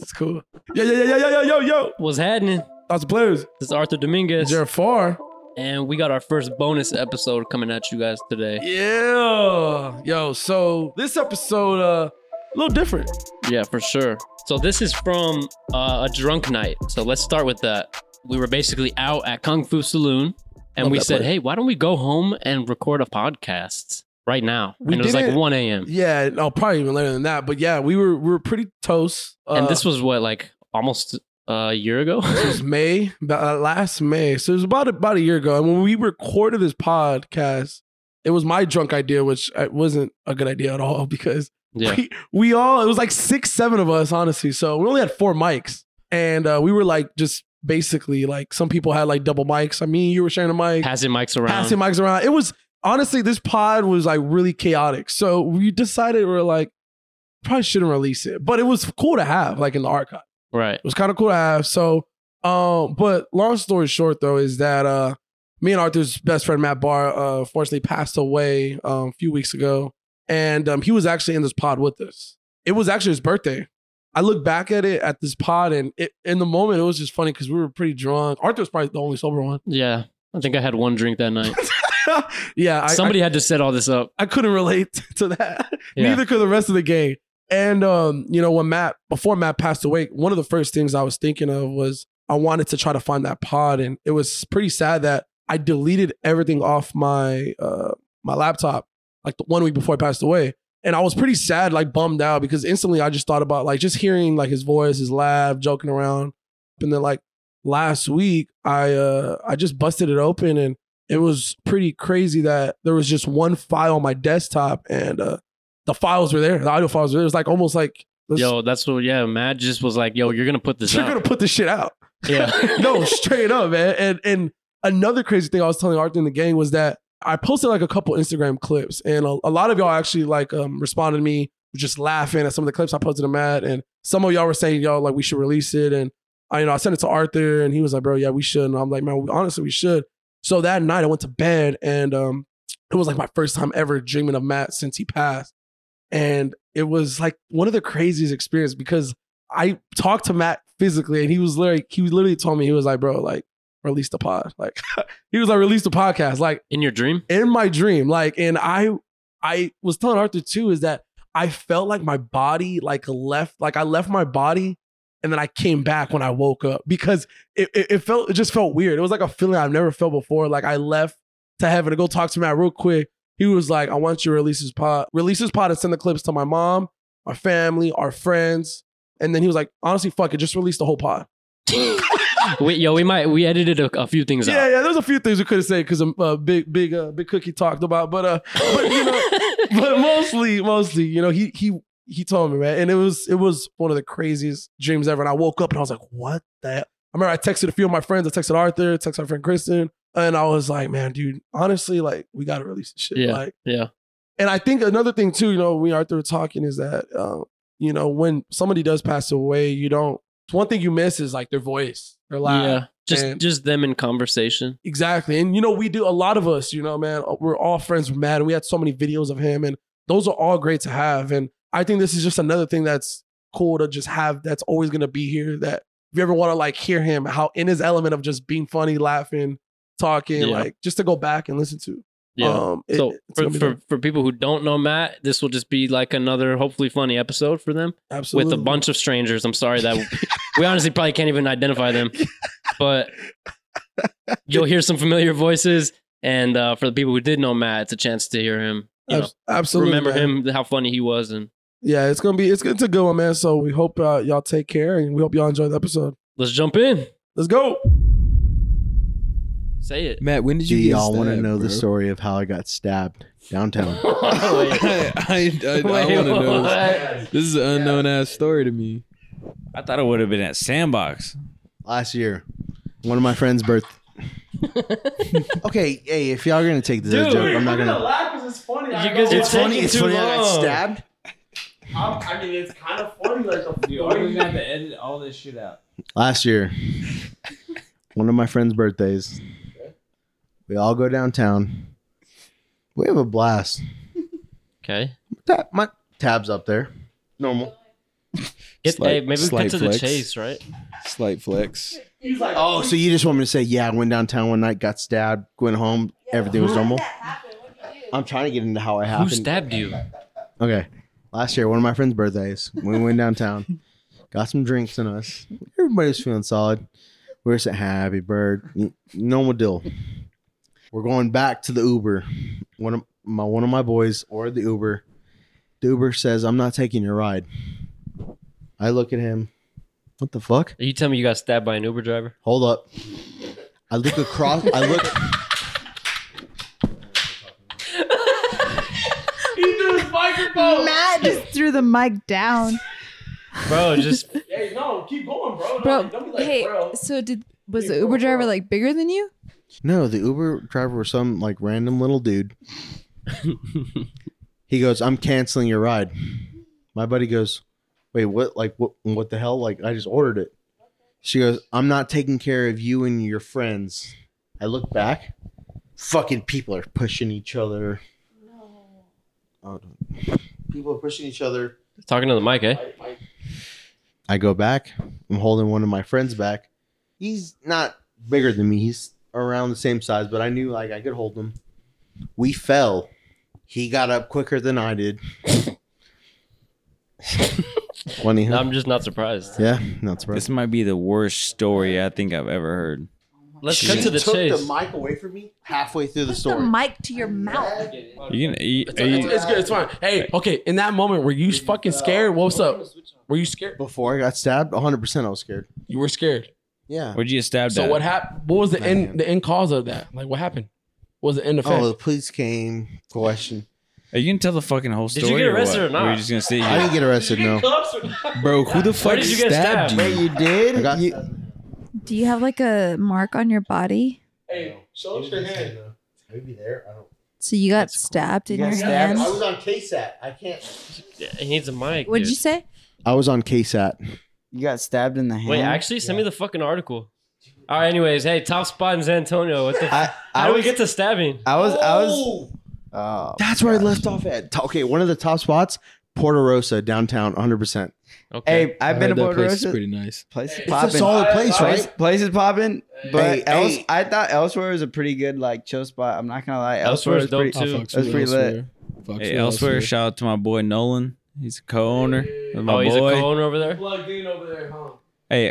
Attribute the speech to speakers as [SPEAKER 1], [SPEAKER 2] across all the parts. [SPEAKER 1] It's cool. Yo, yo, yo, yo, yo, yo, yo, yo.
[SPEAKER 2] What's happening?
[SPEAKER 1] That's the players.
[SPEAKER 2] This is Arthur Dominguez,
[SPEAKER 1] Jafar.
[SPEAKER 2] and we got our first bonus episode coming at you guys today.
[SPEAKER 1] Yeah. Yo, so this episode, uh, a little different.
[SPEAKER 2] Yeah, for sure. So this is from uh, a drunk night. So let's start with that. We were basically out at Kung Fu Saloon, and
[SPEAKER 1] Love
[SPEAKER 2] we
[SPEAKER 1] that
[SPEAKER 2] said,
[SPEAKER 1] place.
[SPEAKER 2] "Hey, why don't we go home and record a podcast right now?"
[SPEAKER 1] We
[SPEAKER 2] and it was like
[SPEAKER 1] didn't-
[SPEAKER 2] 1 a.m.
[SPEAKER 1] Yeah, no, probably even later than that. But yeah, we were we were pretty toast. Uh,
[SPEAKER 2] and this was what like almost uh, a year ago.
[SPEAKER 1] This was May, about, uh, last May. So it was about about a year ago. And when we recorded this podcast, it was my drunk idea, which uh, wasn't a good idea at all because
[SPEAKER 2] yeah,
[SPEAKER 1] we, we all it was like six, seven of us, honestly. So we only had four mics, and uh, we were like just basically like some people had like double mics. I mean, you were sharing a mic,
[SPEAKER 2] passing mics around.
[SPEAKER 1] passing mics around. It was honestly this pod was like really chaotic. So we decided we are like probably shouldn't release it, but it was cool to have like in the archive.
[SPEAKER 2] right.
[SPEAKER 1] It was kind of cool to have. So, um, but long story short, though, is that uh, me and Arthur's best friend Matt Barr, uh, fortunately passed away um, a few weeks ago, and um, he was actually in this pod with us. It was actually his birthday. I look back at it at this pod, and it, in the moment, it was just funny because we were pretty drunk. Arthur was probably the only sober one.
[SPEAKER 2] Yeah, I think I had one drink that night.
[SPEAKER 1] yeah, I,
[SPEAKER 2] Somebody had to set all this up.
[SPEAKER 1] I, I couldn't relate to that.
[SPEAKER 2] Yeah.
[SPEAKER 1] Neither could the rest of the gang. And um, you know, when Matt before Matt passed away, one of the first things I was thinking of was I wanted to try to find that pod, and it was pretty sad that I deleted everything off my uh my laptop like the one week before I passed away, and I was pretty sad, like bummed out because instantly I just thought about like just hearing like his voice, his laugh, joking around, and then like last week I uh I just busted it open and it was pretty crazy that there was just one file on my desktop and uh the files were there. The audio files were there. It was like almost like let's-
[SPEAKER 2] Yo, that's what. Yeah, Matt just was like, "Yo, you're gonna put this
[SPEAKER 1] you're
[SPEAKER 2] out."
[SPEAKER 1] gonna put this shit out.
[SPEAKER 2] Yeah.
[SPEAKER 1] no, straight up, man. And and another crazy thing I was telling Arthur in the gang was that I posted like a couple Instagram clips, and a, a lot of y'all actually like um responded to me just laughing at some of the clips I posted them at, and some of y'all were saying y'all like we should release it, and I you know I sent it to Arthur, and he was like, bro, yeah, we should, and I'm like, man, we- honestly, we should. So that night I went to bed, and um it was like my first time ever dreaming of Matt since he passed. And it was like one of the craziest experiences because I talked to Matt physically and he was like, he literally told me, he was like, bro, like, release the pod. Like, he was like, release the podcast. Like,
[SPEAKER 2] In your dream?
[SPEAKER 1] in my dream. Like, and I, I was telling Arthur too, is that I felt like my body, like, left, like, I left my body and then I came back when I woke up because it, it, it felt, it just felt weird. It was like a feeling I've never felt before. Like, I left to heaven to go talk to Matt real quick. He was like, I want you to release this pod, release this pod and send the clips to my mom, our family, our friends. And then he was like, honestly, fuck it, just release the whole pod.
[SPEAKER 2] Wait, yo, we might we edited a, a few things
[SPEAKER 1] Yeah,
[SPEAKER 2] out.
[SPEAKER 1] yeah. There's a few things we could have said because um, uh, big, big, uh, big cookie talked about, but uh, but you know, but mostly, mostly, you know, he he he told me, man, and it was it was one of the craziest dreams ever. And I woke up and I was like, what the? Hell? I remember I texted a few of my friends. I texted Arthur, texted our friend Kristen, and I was like, man, dude, honestly, like we gotta release this shit.
[SPEAKER 2] Yeah.
[SPEAKER 1] Like,
[SPEAKER 2] Yeah.
[SPEAKER 1] and I think another thing too, you know, we Arthur were talking is that, um, you know, when somebody does pass away, you don't. One thing you miss is like their voice, their laugh.
[SPEAKER 2] Yeah. Just
[SPEAKER 1] And-
[SPEAKER 2] just them in conversation.
[SPEAKER 1] Exactly. And you know, we do a lot of us, you know, man, uh, we're all friends with Matt and we had so many videos of him and those are all great to have. And I think this is just another thing that's cool to just have that's always gonna be here. That if you ever want to like hear him, how in his element of just being funny, laughing, talking,
[SPEAKER 2] Yeah.
[SPEAKER 1] like just to go back and listen to.
[SPEAKER 2] Yeah.
[SPEAKER 1] Um it-
[SPEAKER 2] so
[SPEAKER 1] it's
[SPEAKER 2] for,
[SPEAKER 1] gonna be
[SPEAKER 2] for,
[SPEAKER 1] dope.
[SPEAKER 2] for people who don't know Matt, this will just be like another hopefully funny episode for them
[SPEAKER 1] absolutely
[SPEAKER 2] with a bunch of strangers. I'm sorry that we honestly probably can't even identify them, but you'll hear some familiar voices. And uh, for the people who did know Matt, it's a chance to hear him. You know,
[SPEAKER 1] Abs- absolutely
[SPEAKER 2] remember
[SPEAKER 1] man.
[SPEAKER 2] him, how funny he was, and
[SPEAKER 1] Yeah, it's gonna be it's it's a good one, man. So we hope uh, y'all take care and we hope y'all enjoy the episode.
[SPEAKER 2] let's jump in.
[SPEAKER 1] Let's go.
[SPEAKER 2] Say it.
[SPEAKER 3] Matt, when did
[SPEAKER 4] Do
[SPEAKER 3] you get
[SPEAKER 4] y'all want to
[SPEAKER 3] stabbed,
[SPEAKER 4] know
[SPEAKER 3] bro?
[SPEAKER 4] the story of how I got stabbed downtown?
[SPEAKER 2] Wait.
[SPEAKER 3] I, I, I,
[SPEAKER 2] Wait,
[SPEAKER 3] want to know. This.
[SPEAKER 2] what?
[SPEAKER 3] This is an unknown ass story to me.
[SPEAKER 5] I thought it would have been at Sandbox.
[SPEAKER 4] Last year, one of my friends' birth. okay, hey, if y'all are gonna take this as a joke, I'm not gonna.
[SPEAKER 1] laugh because it's funny.
[SPEAKER 2] I You guys know are it's funny- taking it's too funny I got long.
[SPEAKER 4] stabbed.
[SPEAKER 1] I'm, I mean, it's kind of funny. Like,
[SPEAKER 5] to edit all this shit out.
[SPEAKER 4] Last year, one of my friends' birthdays. We all go downtown. We have a blast.
[SPEAKER 2] Okay.
[SPEAKER 4] Tab, my tab's up there. Normal.
[SPEAKER 2] Get,
[SPEAKER 5] Slight-
[SPEAKER 2] hey, maybe we
[SPEAKER 5] slight
[SPEAKER 2] cut to the
[SPEAKER 5] flex.
[SPEAKER 2] chase, right?
[SPEAKER 5] Slight flex.
[SPEAKER 1] He's like,
[SPEAKER 4] Oh, so you just want me to say, yeah, I went downtown one night, got stabbed, went home, everything was normal? I'm trying to get into how it happened.
[SPEAKER 2] Who stabbed you?
[SPEAKER 4] Okay. Last year, one of my friend's birthdays, we went downtown, got some drinks in us. Everybody was feeling solid. We were saying happy bird, n- normal deal. We're going back to the Uber. One of my one of my boys ordered the Uber. The Uber says, "I'm not taking your ride." I look at him. What the fuck?
[SPEAKER 2] You tell me you got stabbed by an Uber driver.
[SPEAKER 4] Hold up. I look across. I look.
[SPEAKER 6] Matt just threw the mic down.
[SPEAKER 2] Bro, just
[SPEAKER 1] hey, no, keep going, bro.
[SPEAKER 6] Bro, hey, so did was the Uber driver like bigger than you?
[SPEAKER 4] No, the Uber driver was some like random little dude. he goes, "I'm canceling your ride." My buddy goes, "Wait, what? Like what? What the hell? Like I just ordered it." She goes, "I'm not taking care of you and your friends." I look back. Fucking people are pushing each other. No. People are pushing each other.
[SPEAKER 2] talking to the mic, eh?
[SPEAKER 4] I go back. I'm holding one of my friends back. He's not bigger than me. He's around the same size, but I knew like I could hold him. We fell. He got up quicker than I did. Funny, huh?
[SPEAKER 2] I'm just not surprised.
[SPEAKER 4] yeah, not surprised.
[SPEAKER 7] This might be the worst story I think I've ever heard.
[SPEAKER 2] Let's
[SPEAKER 4] She
[SPEAKER 2] cut to the
[SPEAKER 4] took
[SPEAKER 2] chase.
[SPEAKER 4] the mic away from me halfway through the
[SPEAKER 6] Put the
[SPEAKER 4] story.
[SPEAKER 6] mic to your mouth.
[SPEAKER 7] You can, you,
[SPEAKER 1] It's,
[SPEAKER 7] are you-
[SPEAKER 1] it's, it's good. It's fine. Hey, okay. In that moment, were you fucking scared? What's up? Were you scared?
[SPEAKER 4] Before I got stabbed, 100% I was scared.
[SPEAKER 1] You were scared.
[SPEAKER 4] Yeah.
[SPEAKER 7] where'd you get stabbed
[SPEAKER 1] So
[SPEAKER 7] at?
[SPEAKER 1] what happened? What was the
[SPEAKER 4] Man.
[SPEAKER 1] end? The end cause of that? Like, what happened? What was the end effect?
[SPEAKER 4] Oh, the police came. Question.
[SPEAKER 7] Are you gonna tell the fucking whole
[SPEAKER 2] Did
[SPEAKER 7] story?
[SPEAKER 2] you get arrested
[SPEAKER 7] what?
[SPEAKER 2] or not?
[SPEAKER 7] Or are you just gonna sit
[SPEAKER 4] I
[SPEAKER 7] here?
[SPEAKER 4] didn't get arrested, no.
[SPEAKER 5] Bro, who the fuck
[SPEAKER 2] did you get
[SPEAKER 5] stabbed,
[SPEAKER 2] stabbed?
[SPEAKER 5] you?
[SPEAKER 4] did? I got,
[SPEAKER 6] Do you have like a mark on your body?
[SPEAKER 1] Hey, show us your hand.
[SPEAKER 4] Maybe there. I don't.
[SPEAKER 6] So you got stabbed in your hand?
[SPEAKER 4] I was on KSAT. I can't.
[SPEAKER 2] Yeah, He needs a mic.
[SPEAKER 6] What'd
[SPEAKER 2] dude.
[SPEAKER 6] you say?
[SPEAKER 4] I was on KSAT.
[SPEAKER 8] You got stabbed in the hand.
[SPEAKER 2] Wait, actually, send me the fucking article. All right, anyways, hey, top spot in San Antonio. What the?
[SPEAKER 8] I,
[SPEAKER 2] how
[SPEAKER 8] I
[SPEAKER 2] do
[SPEAKER 8] was,
[SPEAKER 2] we get to stabbing?
[SPEAKER 8] I was, I was. Oh,
[SPEAKER 4] That's where I left off at. T- Okay, one of the top spots, Porta Rosa downtown, 100%.
[SPEAKER 2] Okay.
[SPEAKER 8] hey, I've
[SPEAKER 5] I heard
[SPEAKER 8] been to
[SPEAKER 5] that
[SPEAKER 8] Porta
[SPEAKER 5] place is
[SPEAKER 8] Rosa.
[SPEAKER 5] pretty nice.
[SPEAKER 8] place is
[SPEAKER 4] It's a
[SPEAKER 8] popping.
[SPEAKER 4] solid place,
[SPEAKER 8] Place,
[SPEAKER 4] right?
[SPEAKER 8] place is popping. But
[SPEAKER 4] Hey,
[SPEAKER 8] else,
[SPEAKER 4] hey.
[SPEAKER 8] I thought elsewhere was a pretty good like chill spot. I'm not gonna lie.
[SPEAKER 2] Elsewhere
[SPEAKER 8] Elsewhere,
[SPEAKER 2] is
[SPEAKER 8] is
[SPEAKER 2] dope,
[SPEAKER 8] pretty.
[SPEAKER 2] too.
[SPEAKER 5] I fucks
[SPEAKER 8] That's
[SPEAKER 5] with
[SPEAKER 8] pretty lit.
[SPEAKER 5] Fucks
[SPEAKER 7] Hey,
[SPEAKER 5] with
[SPEAKER 7] elsewhere, shout out to my boy Nolan. He's a co-owner. with my
[SPEAKER 2] oh, he's
[SPEAKER 7] boy.
[SPEAKER 2] a co-owner over there.
[SPEAKER 1] Plugged in over there, huh?
[SPEAKER 7] hey,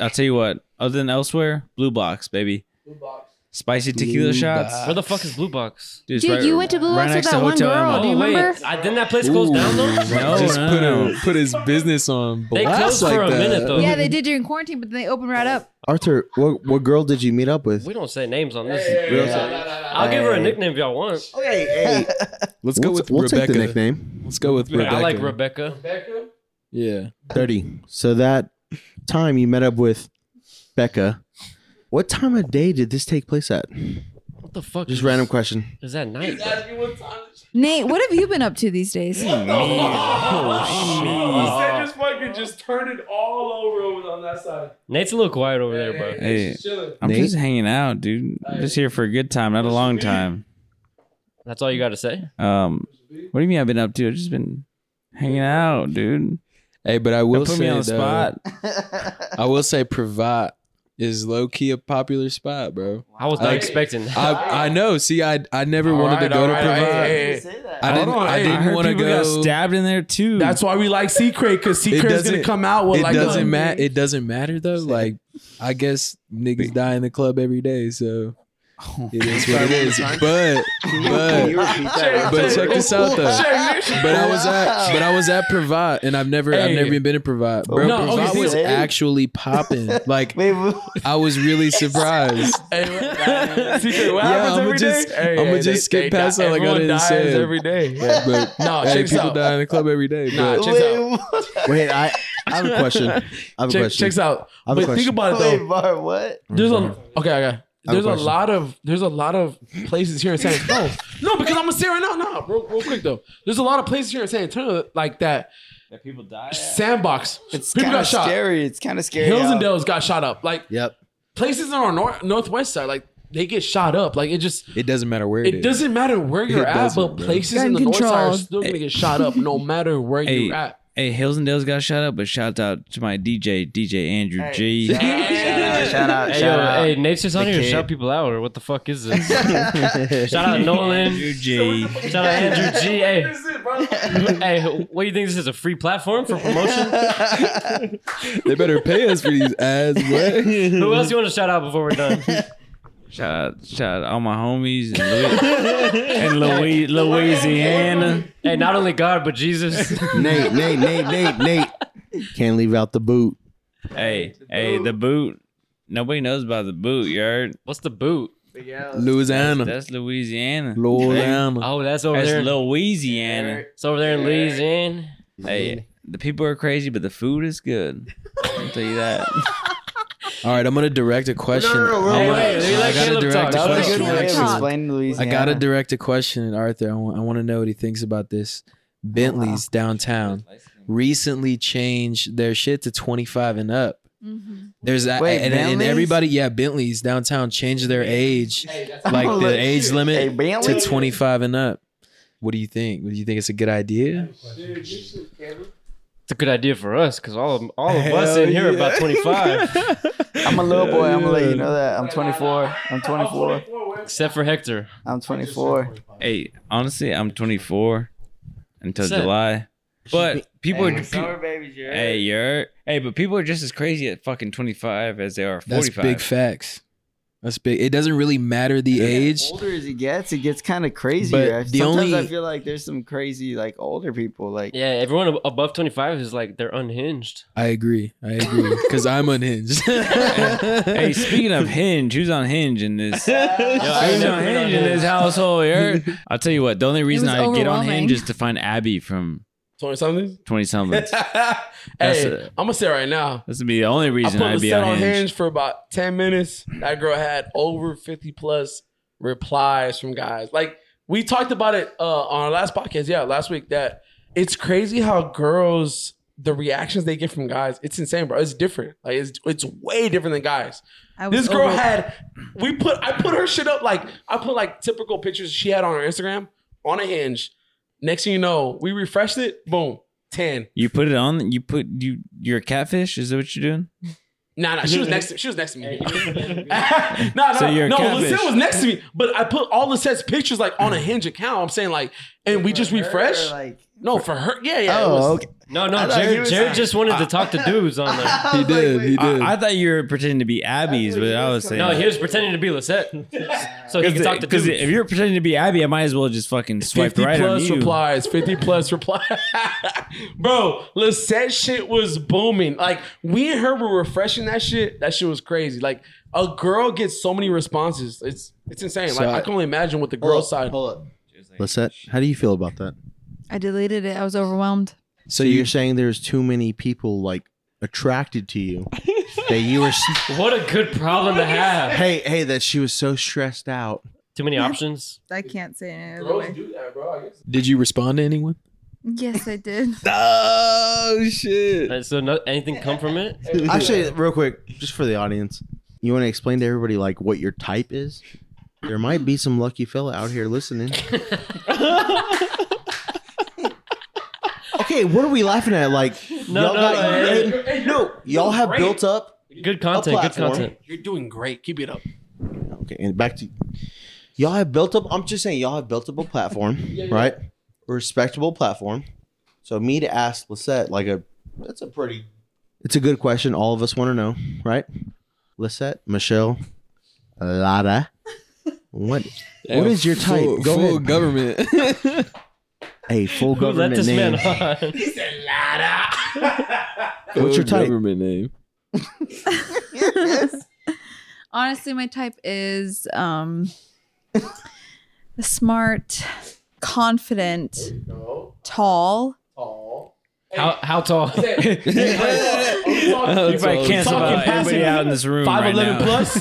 [SPEAKER 7] I'll tell you what. Other than elsewhere, Blue Box, baby.
[SPEAKER 1] Blue box.
[SPEAKER 7] Spicy tequila
[SPEAKER 5] Blue
[SPEAKER 7] shots.
[SPEAKER 5] Box.
[SPEAKER 2] Where the fuck is Blue Box?
[SPEAKER 7] Dude, it's
[SPEAKER 6] Dude,
[SPEAKER 7] right-
[SPEAKER 6] you went to Blue
[SPEAKER 7] right
[SPEAKER 6] Rocks with
[SPEAKER 7] next to
[SPEAKER 6] that one
[SPEAKER 7] Hotel
[SPEAKER 6] girl.
[SPEAKER 7] Emma.
[SPEAKER 6] Do you
[SPEAKER 2] Oh, wait.
[SPEAKER 6] remember?
[SPEAKER 2] I, didn't that place close down though?
[SPEAKER 7] No,
[SPEAKER 5] just
[SPEAKER 7] no,
[SPEAKER 5] put,
[SPEAKER 7] no.
[SPEAKER 5] a, put his business on
[SPEAKER 2] They
[SPEAKER 5] blast
[SPEAKER 2] closed for
[SPEAKER 5] like
[SPEAKER 2] a
[SPEAKER 5] that.
[SPEAKER 2] minute though.
[SPEAKER 6] Yeah, they did during quarantine, but then they opened right up.
[SPEAKER 4] Arthur, what, what girl did you meet up with?
[SPEAKER 2] We don't say names on this.
[SPEAKER 1] Hey,
[SPEAKER 4] Real
[SPEAKER 1] nah,
[SPEAKER 4] side.
[SPEAKER 1] nah, nah, nah.
[SPEAKER 2] I'll give her a
[SPEAKER 8] Hey.
[SPEAKER 2] nickname if y'all want.
[SPEAKER 4] Okay, hey.
[SPEAKER 5] Let's go
[SPEAKER 4] we'll
[SPEAKER 5] with
[SPEAKER 4] we'll
[SPEAKER 5] Rebecca.
[SPEAKER 4] take the nickname.
[SPEAKER 5] Let's go with Rebecca.
[SPEAKER 2] I like Rebecca.
[SPEAKER 1] Becca?
[SPEAKER 5] Yeah.
[SPEAKER 4] 30. So that time you met up with Becca, what time of day did this take place at?
[SPEAKER 2] What the fuck?
[SPEAKER 4] Just
[SPEAKER 2] is-
[SPEAKER 4] random question.
[SPEAKER 2] Is that night? bro?
[SPEAKER 1] Ask me what time it's-
[SPEAKER 6] Nate, what have you been up to these days?
[SPEAKER 7] Mm.
[SPEAKER 1] Oh, shit. just fucking just turned it all over over on that side.
[SPEAKER 2] Nate's a little quiet over there, bro.
[SPEAKER 7] Hey.
[SPEAKER 1] just chilling.
[SPEAKER 7] I'm
[SPEAKER 4] Nate?
[SPEAKER 7] just hanging out, dude. I'm just here for a good time, not a long time.
[SPEAKER 2] That's all you got to say.
[SPEAKER 7] Um, what do you mean I've been up to? I've just been hanging out, dude.
[SPEAKER 5] Hey, but I
[SPEAKER 7] Don't
[SPEAKER 5] will uh,
[SPEAKER 7] put
[SPEAKER 5] say
[SPEAKER 7] me on
[SPEAKER 5] though,
[SPEAKER 7] the spot.
[SPEAKER 5] I will say Pravat is low key a popular spot, bro.
[SPEAKER 2] I was not
[SPEAKER 5] Hey.
[SPEAKER 2] expecting that.
[SPEAKER 5] I I know. See, I I never wanted
[SPEAKER 1] Alright,
[SPEAKER 5] to go to
[SPEAKER 1] alright,
[SPEAKER 5] Pravat.
[SPEAKER 1] hey, hey, hey.
[SPEAKER 5] I
[SPEAKER 1] Hold
[SPEAKER 5] didn't.
[SPEAKER 1] on,
[SPEAKER 5] I
[SPEAKER 1] hey,
[SPEAKER 7] I
[SPEAKER 5] didn't
[SPEAKER 7] heard
[SPEAKER 5] want to
[SPEAKER 7] people
[SPEAKER 5] go.
[SPEAKER 7] got stabbed in there too.
[SPEAKER 1] That's why we like Secret because Secret's gonna
[SPEAKER 5] doesn't-
[SPEAKER 1] come out with
[SPEAKER 5] it
[SPEAKER 1] like
[SPEAKER 5] doesn't
[SPEAKER 1] a,
[SPEAKER 5] matter. It doesn't matter though. Like, I guess niggas die in the club every day, so
[SPEAKER 7] Oh,
[SPEAKER 5] it is what it is. But but but check this out though. But I was at but I was at Pravat, and I've never I've
[SPEAKER 1] Hey.
[SPEAKER 5] never even been in Pravat. Bro,
[SPEAKER 1] No,
[SPEAKER 5] Pravat
[SPEAKER 1] okay,
[SPEAKER 5] was
[SPEAKER 8] see-
[SPEAKER 5] actually popping. Like,
[SPEAKER 8] Wait, wait,
[SPEAKER 5] I was really surprised.
[SPEAKER 1] Hey, Secret, what
[SPEAKER 5] Yeah,
[SPEAKER 1] happens
[SPEAKER 5] I'ma
[SPEAKER 1] every day?
[SPEAKER 5] just- I'ma just skip past
[SPEAKER 1] die-
[SPEAKER 5] all I gotta
[SPEAKER 1] everyone dies
[SPEAKER 5] say.
[SPEAKER 1] every day.
[SPEAKER 5] But
[SPEAKER 1] No,
[SPEAKER 5] hey,
[SPEAKER 1] check this
[SPEAKER 5] people
[SPEAKER 1] out.
[SPEAKER 5] die in the club every day.
[SPEAKER 1] Nah,
[SPEAKER 5] but-
[SPEAKER 1] check this out.
[SPEAKER 4] Wait, I, I have a question. I have a
[SPEAKER 1] Check,
[SPEAKER 4] question.
[SPEAKER 1] checks out.
[SPEAKER 4] I have
[SPEAKER 1] But
[SPEAKER 4] a
[SPEAKER 1] think
[SPEAKER 4] question.
[SPEAKER 1] about it though.
[SPEAKER 8] wait, Bar, what?
[SPEAKER 1] There's a okay, okay.
[SPEAKER 4] a
[SPEAKER 1] There's a,
[SPEAKER 4] question.
[SPEAKER 1] lot of there's a lot of places here in San Antonio. no, because I'm gonna say right now, no, real, real quick though. There's a lot of places here in San Antonio like that.
[SPEAKER 7] that people die.
[SPEAKER 1] Sandbox,
[SPEAKER 8] It's
[SPEAKER 1] people
[SPEAKER 8] kind
[SPEAKER 1] got
[SPEAKER 8] of
[SPEAKER 1] shot.
[SPEAKER 8] scary. It's kind of scary.
[SPEAKER 1] Hills
[SPEAKER 8] out.
[SPEAKER 1] and Dales got shot up. Like
[SPEAKER 4] Yep.
[SPEAKER 1] places on our nor- northwest side, like they get shot up. Like it just
[SPEAKER 5] It doesn't matter where
[SPEAKER 1] it
[SPEAKER 5] is.
[SPEAKER 1] doesn't matter where you're at,
[SPEAKER 5] doesn't,
[SPEAKER 1] but
[SPEAKER 5] bro.
[SPEAKER 1] places
[SPEAKER 6] Gun
[SPEAKER 1] in the north side are
[SPEAKER 6] control.
[SPEAKER 1] still gonna get shot up no matter where
[SPEAKER 7] Hey.
[SPEAKER 1] you're at.
[SPEAKER 7] Hey, Hills and Dales got shot up, but shout out to my DJ, DJ Andrew
[SPEAKER 8] Hey,
[SPEAKER 7] G.
[SPEAKER 8] shout out, shout out, shout out,
[SPEAKER 2] Hey,
[SPEAKER 8] shout
[SPEAKER 2] yo,
[SPEAKER 8] out.
[SPEAKER 2] hey, Nate's just on
[SPEAKER 8] The
[SPEAKER 2] here to
[SPEAKER 8] kid.
[SPEAKER 2] shout people out, or what the fuck is this? shout out Nolan.
[SPEAKER 7] Andrew G.
[SPEAKER 2] Shout out Andrew G. Hey, hey, what do you think this is? A free platform for promotion?
[SPEAKER 9] They better pay us for these ads. What?
[SPEAKER 2] Who else you want to shout out before we're done?
[SPEAKER 7] Shout out, shout out all my homies and, Louis-
[SPEAKER 10] in Louis- Louisiana.
[SPEAKER 2] hey, not only God, but Jesus.
[SPEAKER 4] Nate, Nate, Nate, Nate, Nate. Can't leave out the boot.
[SPEAKER 7] hey, hey, the boot. Nobody knows about the boot, yard.
[SPEAKER 2] What's the boot?
[SPEAKER 9] Louisiana.
[SPEAKER 7] That's Louisiana.
[SPEAKER 9] Louisiana.
[SPEAKER 2] Oh, that's over
[SPEAKER 7] That's
[SPEAKER 2] there.
[SPEAKER 7] Louisiana.
[SPEAKER 2] It's over there in Louisiana.
[SPEAKER 7] Hey, the people are crazy, but the food is good. I'll tell you that.
[SPEAKER 9] All right, I'm gonna direct a question.
[SPEAKER 2] Hey,
[SPEAKER 9] I
[SPEAKER 2] wait, we
[SPEAKER 9] gotta- I
[SPEAKER 2] let
[SPEAKER 9] gotta
[SPEAKER 2] Caleb talk.
[SPEAKER 9] direct a
[SPEAKER 8] That was a
[SPEAKER 9] question.
[SPEAKER 8] good way of
[SPEAKER 6] Talk.
[SPEAKER 8] explaining
[SPEAKER 9] I
[SPEAKER 8] Louisiana.
[SPEAKER 9] gotta direct a question, and Arthur, I want, I want to know what he thinks about this.
[SPEAKER 7] Oh,
[SPEAKER 9] Bentley's downtown recently changed their shit to 25 and up.
[SPEAKER 6] Mm-hmm.
[SPEAKER 9] There's a,
[SPEAKER 8] Wait,
[SPEAKER 9] and, and
[SPEAKER 8] Bentley's?
[SPEAKER 9] everybody, yeah, Bentley's downtown changed their age, like
[SPEAKER 8] Oh,
[SPEAKER 9] the
[SPEAKER 8] look.
[SPEAKER 9] age
[SPEAKER 8] Hey,
[SPEAKER 9] limit to
[SPEAKER 8] Bentley?
[SPEAKER 9] 25 and up. What do you think? Do you think it's a good idea?
[SPEAKER 2] It's a good idea for us because all of, all of us in here are about 25,
[SPEAKER 8] I'm a little boy. I'm gonna let you know that. I'm 24. I'm 24.
[SPEAKER 2] except for Hector.
[SPEAKER 8] I'm 24.
[SPEAKER 7] Hey, honestly, I'm 24 until
[SPEAKER 2] Said-
[SPEAKER 7] July. But people are. pe-
[SPEAKER 8] babies, you're
[SPEAKER 7] Hey, you're. Hey, but people are just as crazy at fucking 25 as they are at
[SPEAKER 9] That's
[SPEAKER 7] 45.
[SPEAKER 9] big facts. That's big. It doesn't really matter the age.
[SPEAKER 8] older as it gets, it gets kind of crazier.
[SPEAKER 9] But
[SPEAKER 8] I-
[SPEAKER 9] the
[SPEAKER 8] Sometimes
[SPEAKER 9] only-
[SPEAKER 8] I feel like there's some crazy like older people. Like
[SPEAKER 2] Yeah, everyone ab- above 25 is like they're unhinged.
[SPEAKER 9] I agree. I agree. Because I'm unhinged.
[SPEAKER 7] hey, speaking of Hinge, who's on Hinge in this?
[SPEAKER 2] I
[SPEAKER 7] who's
[SPEAKER 2] never
[SPEAKER 7] on
[SPEAKER 2] been on
[SPEAKER 7] Hinge in this
[SPEAKER 2] Hinge.
[SPEAKER 7] household? You're, I'll tell you what. The only reason
[SPEAKER 6] was
[SPEAKER 7] I get on
[SPEAKER 6] overwhelming.
[SPEAKER 7] Hinge is to find Abby from
[SPEAKER 5] 20 something?
[SPEAKER 7] 20 something.
[SPEAKER 5] hey,
[SPEAKER 7] a-
[SPEAKER 5] I'm going to say right now.
[SPEAKER 7] This would be the only
[SPEAKER 5] I
[SPEAKER 7] reason
[SPEAKER 5] put
[SPEAKER 7] I'd
[SPEAKER 5] the
[SPEAKER 7] be
[SPEAKER 5] set
[SPEAKER 7] on,
[SPEAKER 5] on
[SPEAKER 7] Hinge.
[SPEAKER 5] hinge for about 10 minutes. That girl had over 50 plus replies from guys. Like, we talked about it uh, on our last podcast. Yeah, last week that it's crazy how girls, the reactions they get from guys, it's insane, bro. It's different. Like, it's, it's way different than guys.
[SPEAKER 6] I was
[SPEAKER 5] This girl
[SPEAKER 6] over-
[SPEAKER 5] had we put I put her shit up like I put like typical pictures she had on her Instagram on a hinge. Next thing you know, we refreshed it, boom, 10.
[SPEAKER 7] You put it on. You put you. You're a catfish. Is that what you're doing?
[SPEAKER 5] Nah, nah, she was next to she was next to me. nah, nah,
[SPEAKER 7] So you're a
[SPEAKER 5] no,
[SPEAKER 7] catfish.
[SPEAKER 5] Lucille was next to me. But I put all the sets pictures like on a hinge account. I'm saying like, and we just
[SPEAKER 8] Or,
[SPEAKER 5] refresh.
[SPEAKER 8] Like
[SPEAKER 5] No, for her, yeah, yeah. it was-
[SPEAKER 8] oh, okay.
[SPEAKER 2] No,
[SPEAKER 8] I
[SPEAKER 2] no,
[SPEAKER 8] thought you
[SPEAKER 2] Jared,
[SPEAKER 8] were
[SPEAKER 2] Jared
[SPEAKER 8] saying-
[SPEAKER 2] just wanted to talk to dudes on there.
[SPEAKER 8] I
[SPEAKER 9] he
[SPEAKER 8] was like,
[SPEAKER 9] did.
[SPEAKER 8] wait,
[SPEAKER 9] he did.
[SPEAKER 7] I, I thought you were pretending to be Abby's, but I was saying
[SPEAKER 2] No, he was pretending to be Lisette. So he could talk to
[SPEAKER 7] because
[SPEAKER 2] dudes.
[SPEAKER 7] if you're pretending to be Abby, I might as well just fucking swipe
[SPEAKER 5] 50
[SPEAKER 7] right on
[SPEAKER 5] plus
[SPEAKER 7] you.
[SPEAKER 5] replies, 50 plus replies. Bro, Lisette shit was booming. Like, we and her were refreshing that shit. That shit was crazy. Like, a girl gets so many responses. It's it's insane.
[SPEAKER 9] So
[SPEAKER 5] like, I,
[SPEAKER 9] I-
[SPEAKER 5] can only imagine what the girl side.
[SPEAKER 4] Hold up. Lisette, how do you feel about that?
[SPEAKER 6] I deleted it. I was overwhelmed.
[SPEAKER 4] So you're saying there's too many people like attracted to you that you were. s-
[SPEAKER 2] what a good problem to have.
[SPEAKER 4] Hey, hey, that she was so stressed out.
[SPEAKER 2] Too many options.
[SPEAKER 6] I can't say it
[SPEAKER 5] do that, bro. I guess.
[SPEAKER 9] Did you respond to anyone?
[SPEAKER 6] Yes, I did.
[SPEAKER 9] Oh shit!
[SPEAKER 2] Uh, So no, anything come from it?
[SPEAKER 4] Actually, real quick, just for the audience, you want to explain to everybody like what your type is? There might be some lucky fella out here listening. okay, what are we laughing at? Like,
[SPEAKER 2] No, no,
[SPEAKER 4] y'all got,
[SPEAKER 2] no,
[SPEAKER 4] you-
[SPEAKER 2] no.
[SPEAKER 4] hey, no, y'all have built up.
[SPEAKER 2] Good content. Good
[SPEAKER 4] platform.
[SPEAKER 2] content.
[SPEAKER 5] You're doing great. Keep it up.
[SPEAKER 4] Okay, and back to y'all have built up. I'm just saying, y'all have built up a platform, right? A respectable platform. So me to ask Lisette, like a, that's a pretty, it's a good question. All of us want to know, right? Lisette, Michelle, Lada, what? What is your type?
[SPEAKER 9] Full,
[SPEAKER 4] Go
[SPEAKER 9] full
[SPEAKER 4] ahead.
[SPEAKER 9] government.
[SPEAKER 4] a full
[SPEAKER 2] Who let
[SPEAKER 4] government
[SPEAKER 2] this
[SPEAKER 4] name.
[SPEAKER 2] man on?
[SPEAKER 9] Full
[SPEAKER 4] your type?
[SPEAKER 9] Government name.
[SPEAKER 6] Honestly, my type is um smart, confident, tall.
[SPEAKER 2] How, how tall?
[SPEAKER 7] You might
[SPEAKER 5] Everybody
[SPEAKER 7] cancel out everybody out in this room
[SPEAKER 5] Five
[SPEAKER 7] right
[SPEAKER 5] eleven
[SPEAKER 7] now.
[SPEAKER 5] plus.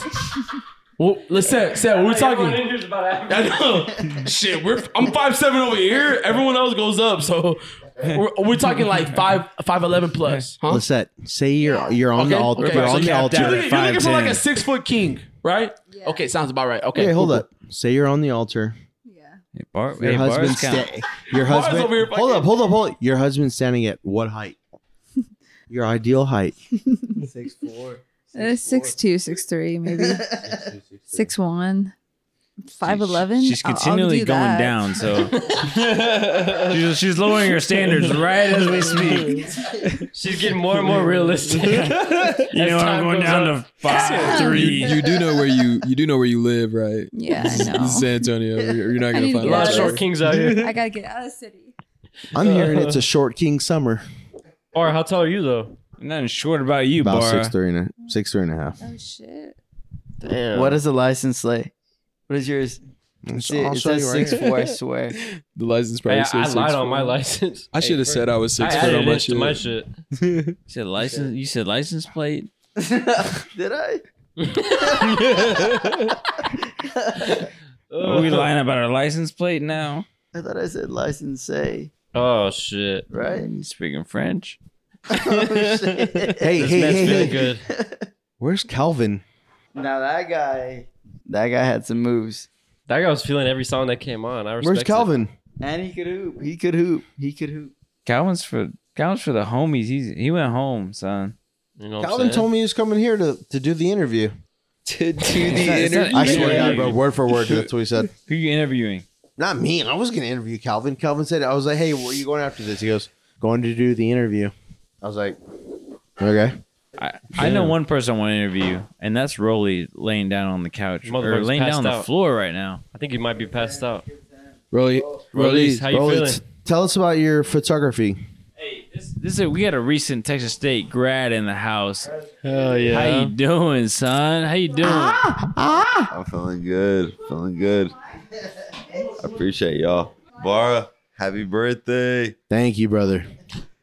[SPEAKER 5] well, listen, Seth, we're talking. I know. Shit, we're I'm five seven over here. Everyone else goes up, so we're, we're talking like five five eleven plus. Huh?
[SPEAKER 4] Lisette, say you're you're on the
[SPEAKER 5] Okay,
[SPEAKER 4] altar.
[SPEAKER 5] okay.
[SPEAKER 4] You're
[SPEAKER 5] So
[SPEAKER 4] on the
[SPEAKER 7] capped
[SPEAKER 4] altar.
[SPEAKER 7] out
[SPEAKER 5] You're
[SPEAKER 7] at
[SPEAKER 5] looking, you're looking for like a
[SPEAKER 7] 5'10".
[SPEAKER 5] six foot king, right?
[SPEAKER 6] Yeah.
[SPEAKER 5] Okay, sounds about right. Okay,
[SPEAKER 4] Okay, hold
[SPEAKER 5] cool,
[SPEAKER 4] up. Say you're on the altar.
[SPEAKER 6] Yeah.
[SPEAKER 7] Hey, Bart,
[SPEAKER 4] Your
[SPEAKER 7] hey,
[SPEAKER 4] husband's
[SPEAKER 7] Bart's count.
[SPEAKER 4] sta- your
[SPEAKER 5] Bart's
[SPEAKER 4] husband.
[SPEAKER 5] over here
[SPEAKER 4] hold up, hold up, hold up. Your husband's standing at what height? Your ideal height.
[SPEAKER 8] Six four.
[SPEAKER 6] Uh, six two, six three, maybe six one, five eleven.
[SPEAKER 7] She's continually going down, so
[SPEAKER 11] She's, she's lowering her standards right as we speak.
[SPEAKER 2] She's getting more and more realistic.
[SPEAKER 11] You know, I'm going down to five, three.
[SPEAKER 3] You do know where you you do know where you live, right?
[SPEAKER 6] Yeah, I know.
[SPEAKER 3] This is San Antonio. You're you're not
[SPEAKER 6] I need
[SPEAKER 3] gonna
[SPEAKER 2] A
[SPEAKER 6] to
[SPEAKER 3] find
[SPEAKER 6] get
[SPEAKER 2] lot
[SPEAKER 6] out
[SPEAKER 2] of
[SPEAKER 6] of
[SPEAKER 2] short
[SPEAKER 6] this.
[SPEAKER 2] kings out here.
[SPEAKER 6] I gotta get out of the city.
[SPEAKER 4] I'm hearing it's a short king summer.
[SPEAKER 2] Or how tall are you though?
[SPEAKER 7] nothing short about you,
[SPEAKER 4] About
[SPEAKER 7] Bar.
[SPEAKER 4] six three and a six three and a half.
[SPEAKER 6] Oh shit!
[SPEAKER 8] What does the license say? What is yours? It's,
[SPEAKER 4] I'll
[SPEAKER 8] it
[SPEAKER 4] show you
[SPEAKER 8] says
[SPEAKER 4] right
[SPEAKER 8] six four. I swear.
[SPEAKER 3] The license
[SPEAKER 2] Hey,
[SPEAKER 3] plate.
[SPEAKER 2] I,
[SPEAKER 3] says
[SPEAKER 2] I
[SPEAKER 3] six
[SPEAKER 2] lied
[SPEAKER 3] foot.
[SPEAKER 2] on my license.
[SPEAKER 3] I should have said I was
[SPEAKER 2] I
[SPEAKER 3] six foot
[SPEAKER 2] added
[SPEAKER 3] on
[SPEAKER 2] it
[SPEAKER 3] my
[SPEAKER 2] into
[SPEAKER 3] shit.
[SPEAKER 2] my shit.
[SPEAKER 7] You said license. You said license plate.
[SPEAKER 8] Did I?
[SPEAKER 7] Are we lying about our license plate now?
[SPEAKER 8] I thought I said license say.
[SPEAKER 2] Oh shit!
[SPEAKER 8] Right.
[SPEAKER 7] Speaking French.
[SPEAKER 8] Oh, shit.
[SPEAKER 4] Hey,
[SPEAKER 2] This
[SPEAKER 4] hey,
[SPEAKER 2] man's
[SPEAKER 4] hey, hey.
[SPEAKER 2] feeling good.
[SPEAKER 4] Where's Calvin?
[SPEAKER 8] Now that guy, that guy had some moves,
[SPEAKER 2] That guy was feeling every song that came on. I
[SPEAKER 4] Where's
[SPEAKER 2] respect
[SPEAKER 4] Calvin?
[SPEAKER 8] and he could hoop. He could hoop. He could hoop.
[SPEAKER 7] Calvin's for Calvin's for the homies. He's he went home, son.
[SPEAKER 2] It. You know what I'm
[SPEAKER 4] Calvin
[SPEAKER 2] saying?
[SPEAKER 4] told me he was coming here to, to do the interview.
[SPEAKER 8] To do
[SPEAKER 7] It's not-
[SPEAKER 8] the
[SPEAKER 7] it's not
[SPEAKER 8] interview.
[SPEAKER 4] I swear to
[SPEAKER 7] Yeah.
[SPEAKER 4] God, bro, word for word, that's what he said.
[SPEAKER 7] Who you interviewing?
[SPEAKER 4] Not me. I was gonna interview Calvin. Calvin said, "I was like, hey, where are you going after this?" He goes, "Going to do the interview." I was like, "Okay."
[SPEAKER 7] I, I know one person I want to interview, and that's Rolly laying down on the couch or
[SPEAKER 2] Motherfucker's
[SPEAKER 7] laying
[SPEAKER 2] passed
[SPEAKER 7] down on the
[SPEAKER 2] out.
[SPEAKER 7] floor right now.
[SPEAKER 2] I think he might be passed out.
[SPEAKER 3] Rolly,
[SPEAKER 2] Release, how you
[SPEAKER 4] Roll
[SPEAKER 2] feeling?
[SPEAKER 4] it. Tell us about your photography.
[SPEAKER 7] Hey, this this is we got a recent Texas State grad in the house.
[SPEAKER 2] Hell yeah!
[SPEAKER 7] How you doing, son? How you doing?
[SPEAKER 4] Ah!
[SPEAKER 12] I'm feeling good. Feeling good. I appreciate y'all. Vara, happy birthday.
[SPEAKER 4] Thank you, brother.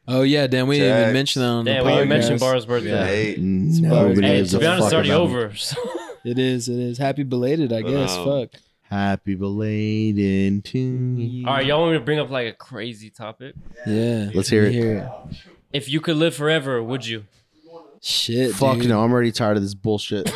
[SPEAKER 3] Oh yeah, damn, we didn't even
[SPEAKER 12] Jax.
[SPEAKER 3] mention that on
[SPEAKER 2] Damn,
[SPEAKER 3] the
[SPEAKER 2] we
[SPEAKER 3] podcast.
[SPEAKER 2] didn't mention Bar's birthday.
[SPEAKER 12] Hey.
[SPEAKER 4] Nobody
[SPEAKER 2] Hey,
[SPEAKER 4] gives
[SPEAKER 2] to
[SPEAKER 4] a
[SPEAKER 2] be honest,
[SPEAKER 4] fuck
[SPEAKER 2] it's already
[SPEAKER 4] about me.
[SPEAKER 2] over. So.
[SPEAKER 3] It is, it is. Happy belated, I
[SPEAKER 12] But,
[SPEAKER 3] guess.
[SPEAKER 12] um,
[SPEAKER 3] Fuck.
[SPEAKER 4] Happy belated to you.
[SPEAKER 2] All right, y'all want me to bring up like a crazy topic?
[SPEAKER 3] Yeah.
[SPEAKER 4] Let's hear it.
[SPEAKER 2] If you could live forever, would you?
[SPEAKER 3] Shit.
[SPEAKER 4] Fuck
[SPEAKER 3] dude.
[SPEAKER 4] no, I'm already tired of this bullshit.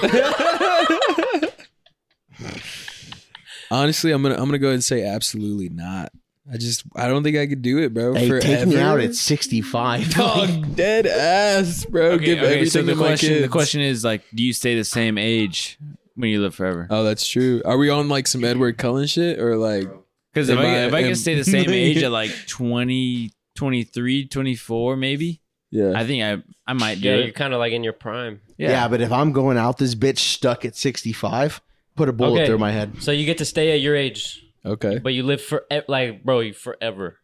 [SPEAKER 3] Honestly, I'm gonna I'm gonna go ahead and say absolutely not. I just I don't think I could do it, bro.
[SPEAKER 4] hey,
[SPEAKER 3] Forever.
[SPEAKER 4] take me out at 65.
[SPEAKER 3] Dog, dead ass, bro. Give everything
[SPEAKER 7] so the
[SPEAKER 3] to my
[SPEAKER 7] question,
[SPEAKER 3] kids.
[SPEAKER 7] The question is like, do you stay the same age when you live forever?
[SPEAKER 3] Oh, that's true. Are we on like some Edward Cullen shit or like?
[SPEAKER 7] Because if,
[SPEAKER 3] Am
[SPEAKER 7] I,
[SPEAKER 3] I-
[SPEAKER 7] if I
[SPEAKER 3] am-
[SPEAKER 7] could stay the same age at like 20, 23, 24 maybe,
[SPEAKER 3] Yeah.
[SPEAKER 7] I think I I might do
[SPEAKER 2] Yeah, you're
[SPEAKER 7] it.
[SPEAKER 2] kind of like in your prime.
[SPEAKER 4] Yeah. but if I'm going out this bitch stuck at 65, put a bullet
[SPEAKER 2] Okay.
[SPEAKER 4] through my head.
[SPEAKER 2] So you get to stay at your age,
[SPEAKER 3] Okay.
[SPEAKER 2] but you live for e, like, bro, you forever,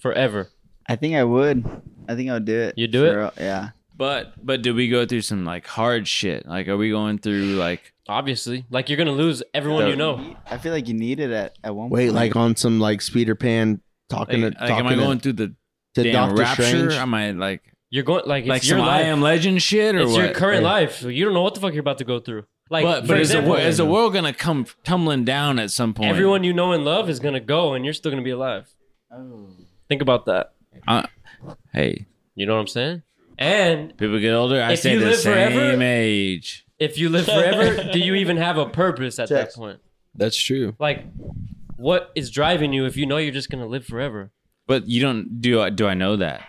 [SPEAKER 2] forever.
[SPEAKER 8] I think I would. I think I would do it.
[SPEAKER 2] You do it?
[SPEAKER 8] For real, Yeah.
[SPEAKER 7] But but did we go through some like hard shit? Like are we going through like
[SPEAKER 2] Obviously, like you're gonna lose everyone you know.
[SPEAKER 8] I feel like you need it at, at one
[SPEAKER 4] Wait,
[SPEAKER 8] point.
[SPEAKER 4] like on some like speeder pan talking
[SPEAKER 7] like,
[SPEAKER 4] to
[SPEAKER 7] like, am
[SPEAKER 4] talking
[SPEAKER 7] I
[SPEAKER 4] to-
[SPEAKER 7] going through the
[SPEAKER 4] to,
[SPEAKER 7] damn
[SPEAKER 4] Doctor
[SPEAKER 7] rapture?
[SPEAKER 4] Strange?
[SPEAKER 7] Am I like
[SPEAKER 2] You're going like it's
[SPEAKER 7] like
[SPEAKER 2] your
[SPEAKER 7] some I
[SPEAKER 2] life.
[SPEAKER 7] am legend shit or
[SPEAKER 2] it's
[SPEAKER 7] what?
[SPEAKER 2] your current
[SPEAKER 7] Or-
[SPEAKER 2] life. You don't know what the fuck you're about to go through. Like,
[SPEAKER 7] but
[SPEAKER 2] for
[SPEAKER 7] but is,
[SPEAKER 2] example, um,
[SPEAKER 7] the, wor- is the world gonna come tumbling down at some point?
[SPEAKER 2] everyone you know and love is gonna go, and you're still gonna be alive. Think about that.
[SPEAKER 7] Hey,
[SPEAKER 2] You know what I'm saying? And
[SPEAKER 7] people get older. I
[SPEAKER 2] If
[SPEAKER 7] stay
[SPEAKER 2] you
[SPEAKER 7] the
[SPEAKER 2] live
[SPEAKER 7] same
[SPEAKER 2] forever-
[SPEAKER 7] age.
[SPEAKER 2] if you live forever, do you even have a purpose at
[SPEAKER 4] Checks.
[SPEAKER 2] that point?
[SPEAKER 3] That's true.
[SPEAKER 2] Like, what is driving you if you know you're just gonna live forever?
[SPEAKER 7] But you don't do. I Do I know that?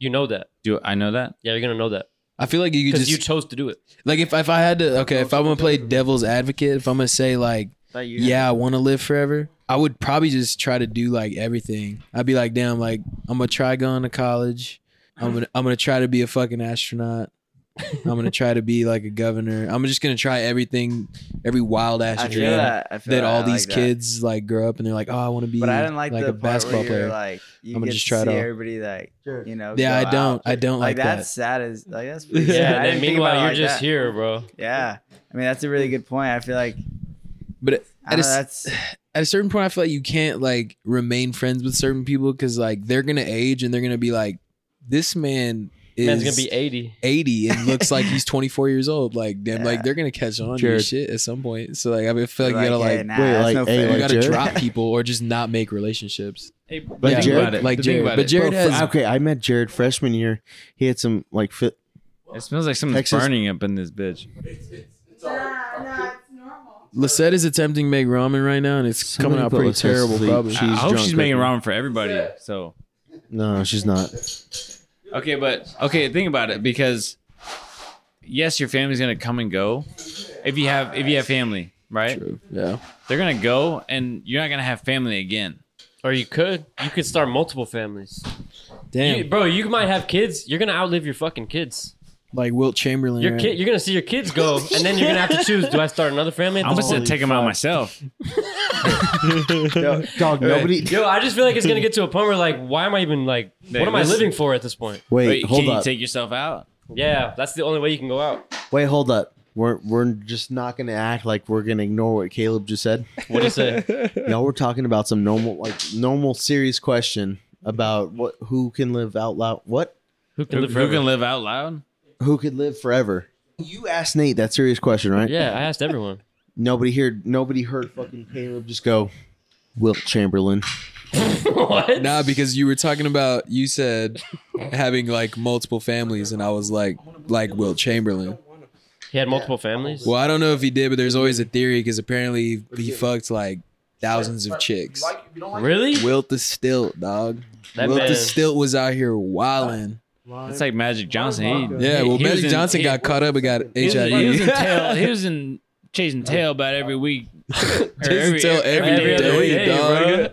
[SPEAKER 2] You know that.
[SPEAKER 7] Do I know that?
[SPEAKER 2] Yeah, you're gonna know that
[SPEAKER 3] I feel like you could
[SPEAKER 2] because
[SPEAKER 3] just
[SPEAKER 2] you chose to do it.
[SPEAKER 3] like if if I had to okay if I'm gonna play devil's advocate if I'm gonna say like
[SPEAKER 8] Thought you had-
[SPEAKER 3] yeah I want to live forever I would probably just try to do like everything I'd be like damn like I'm gonna try going to college I'm gonna I'm gonna try to be a fucking astronaut I'm gonna try to be like a governor I'm just gonna try everything every wild ass
[SPEAKER 8] I
[SPEAKER 3] dream
[SPEAKER 8] feel
[SPEAKER 3] that,
[SPEAKER 8] that. I feel that.
[SPEAKER 3] all
[SPEAKER 8] I
[SPEAKER 3] these
[SPEAKER 8] like that.
[SPEAKER 3] kids like grow up and they're like oh I want to be
[SPEAKER 8] But I didn't like,
[SPEAKER 3] like
[SPEAKER 8] the
[SPEAKER 3] a
[SPEAKER 8] part
[SPEAKER 3] basketball
[SPEAKER 8] where you're,
[SPEAKER 3] player
[SPEAKER 8] Like you
[SPEAKER 3] I'ma
[SPEAKER 8] get
[SPEAKER 3] just
[SPEAKER 8] to
[SPEAKER 3] try it
[SPEAKER 8] see
[SPEAKER 3] out.
[SPEAKER 8] every like you know.
[SPEAKER 3] yeah I
[SPEAKER 8] go
[SPEAKER 3] don't
[SPEAKER 8] out.
[SPEAKER 3] I don't
[SPEAKER 8] Like,
[SPEAKER 3] like,
[SPEAKER 8] that's
[SPEAKER 3] that
[SPEAKER 8] sad. As like that's pretty
[SPEAKER 2] Yeah.
[SPEAKER 8] sad. I
[SPEAKER 2] and then
[SPEAKER 8] didn't think about
[SPEAKER 2] meanwhile,
[SPEAKER 8] it
[SPEAKER 2] you're
[SPEAKER 8] like
[SPEAKER 2] just
[SPEAKER 8] that.
[SPEAKER 2] here, bro.
[SPEAKER 8] Yeah. I mean, that's a really good point. I feel like
[SPEAKER 3] but it-
[SPEAKER 8] I
[SPEAKER 3] at
[SPEAKER 8] don't
[SPEAKER 3] a,
[SPEAKER 8] know,
[SPEAKER 3] s-
[SPEAKER 8] that's
[SPEAKER 3] at a certain point, I feel like you can't like remain friends with certain people because like they're gonna age and they're gonna be like, this man is
[SPEAKER 2] Man's gonna be 80.
[SPEAKER 3] 80 and looks like he's 24 years old. Like, damn,
[SPEAKER 8] Yeah.
[SPEAKER 3] like they're gonna catch on to your
[SPEAKER 4] Jared.
[SPEAKER 3] shit at some point. So like, I mean, I feel like, you gotta
[SPEAKER 8] hey,
[SPEAKER 3] like.
[SPEAKER 8] nah,
[SPEAKER 4] wait,
[SPEAKER 8] that's
[SPEAKER 4] like,
[SPEAKER 8] no
[SPEAKER 4] hey,
[SPEAKER 8] fair.
[SPEAKER 3] You
[SPEAKER 4] like,
[SPEAKER 3] gotta
[SPEAKER 4] Jared?
[SPEAKER 3] drop people or just not make relationships.
[SPEAKER 2] Hey,
[SPEAKER 4] Like
[SPEAKER 3] think
[SPEAKER 4] Jared-
[SPEAKER 3] about it. Like
[SPEAKER 7] Think
[SPEAKER 3] Jared,
[SPEAKER 7] about
[SPEAKER 3] but
[SPEAKER 7] it.
[SPEAKER 3] Jared
[SPEAKER 7] Bro,
[SPEAKER 3] has.
[SPEAKER 4] okay, I met Jared freshman year. He had some like fit.
[SPEAKER 7] It smells like something's
[SPEAKER 4] Texas-
[SPEAKER 7] burning up in this bitch.
[SPEAKER 6] Nah, nah, it's normal.
[SPEAKER 3] Lisette is attempting to make ramen right now, and it's
[SPEAKER 4] Somebody
[SPEAKER 3] coming out pretty
[SPEAKER 4] put Lisette to
[SPEAKER 3] terrible.
[SPEAKER 4] sleep.
[SPEAKER 3] Probably.
[SPEAKER 4] She-
[SPEAKER 7] I
[SPEAKER 4] He's
[SPEAKER 7] hope
[SPEAKER 4] drunk
[SPEAKER 7] she's making
[SPEAKER 4] right
[SPEAKER 7] ramen for everybody. So
[SPEAKER 4] No, she's not.
[SPEAKER 7] okay, but okay, think about it because yes, your family's gonna come and go if you have if you have family, right?
[SPEAKER 3] True. Yeah.
[SPEAKER 7] They're gonna go, and you're not gonna have family again.
[SPEAKER 2] Or you could. You could start multiple families.
[SPEAKER 3] Damn.
[SPEAKER 2] You- bro, you might have kids. You're gonna outlive your fucking kids.
[SPEAKER 3] like Wilt Chamberlain.
[SPEAKER 2] Your
[SPEAKER 3] right?
[SPEAKER 2] kid, you're gonna see your kids go, and then you're gonna have to choose: Do I start another family?
[SPEAKER 7] I'm just gonna take them out myself.
[SPEAKER 4] Dog, nobody.
[SPEAKER 2] Yo, I just feel like it's gonna get to a point where, like, why am I even like?
[SPEAKER 7] Hey,
[SPEAKER 2] what am I
[SPEAKER 7] listen.
[SPEAKER 2] living for at this point?
[SPEAKER 4] Wait,
[SPEAKER 7] Wait,
[SPEAKER 4] hold
[SPEAKER 7] can
[SPEAKER 4] up.
[SPEAKER 7] you take yourself out?
[SPEAKER 2] Yeah, that's the only way you can go out.
[SPEAKER 4] Wait, hold up. We're we're just not gonna act like we're gonna ignore what Caleb just said.
[SPEAKER 2] What do you say?
[SPEAKER 4] Y'all were talking about some normal, like normal, serious question about what who can live out loud, what
[SPEAKER 2] Who can
[SPEAKER 7] Who,
[SPEAKER 2] live
[SPEAKER 7] who
[SPEAKER 2] forever?
[SPEAKER 7] can live out loud?
[SPEAKER 4] who could live forever. You asked Nate that serious question, right?
[SPEAKER 2] Yeah, I asked everyone.
[SPEAKER 4] Nobody heard. Nobody heard. Fucking Caleb just go. Wilt Chamberlain.
[SPEAKER 2] what?
[SPEAKER 3] Nah, because you were talking about you said having like multiple families, and I was like, like Wilt Chamberlain.
[SPEAKER 2] He had multiple families.
[SPEAKER 3] Well, I don't know if he did, but there's always a theory because apparently he fucked like thousands of chicks.
[SPEAKER 2] Really?
[SPEAKER 3] Wilt the Stilt, dog.
[SPEAKER 2] That
[SPEAKER 3] Wilt
[SPEAKER 2] man-
[SPEAKER 3] the Stilt was out here wilding.
[SPEAKER 7] It's like Magic Johnson. He,
[SPEAKER 3] Yeah,
[SPEAKER 7] he-
[SPEAKER 3] well,
[SPEAKER 7] he was
[SPEAKER 3] Magic
[SPEAKER 7] in-
[SPEAKER 3] Johnson
[SPEAKER 7] he-
[SPEAKER 3] got caught up and got
[SPEAKER 7] He was, he was in
[SPEAKER 3] HIV.
[SPEAKER 7] tail. He was in chasing tail about every week. Or
[SPEAKER 3] Chasing tail every
[SPEAKER 7] every other
[SPEAKER 3] day,
[SPEAKER 7] week.
[SPEAKER 3] dog.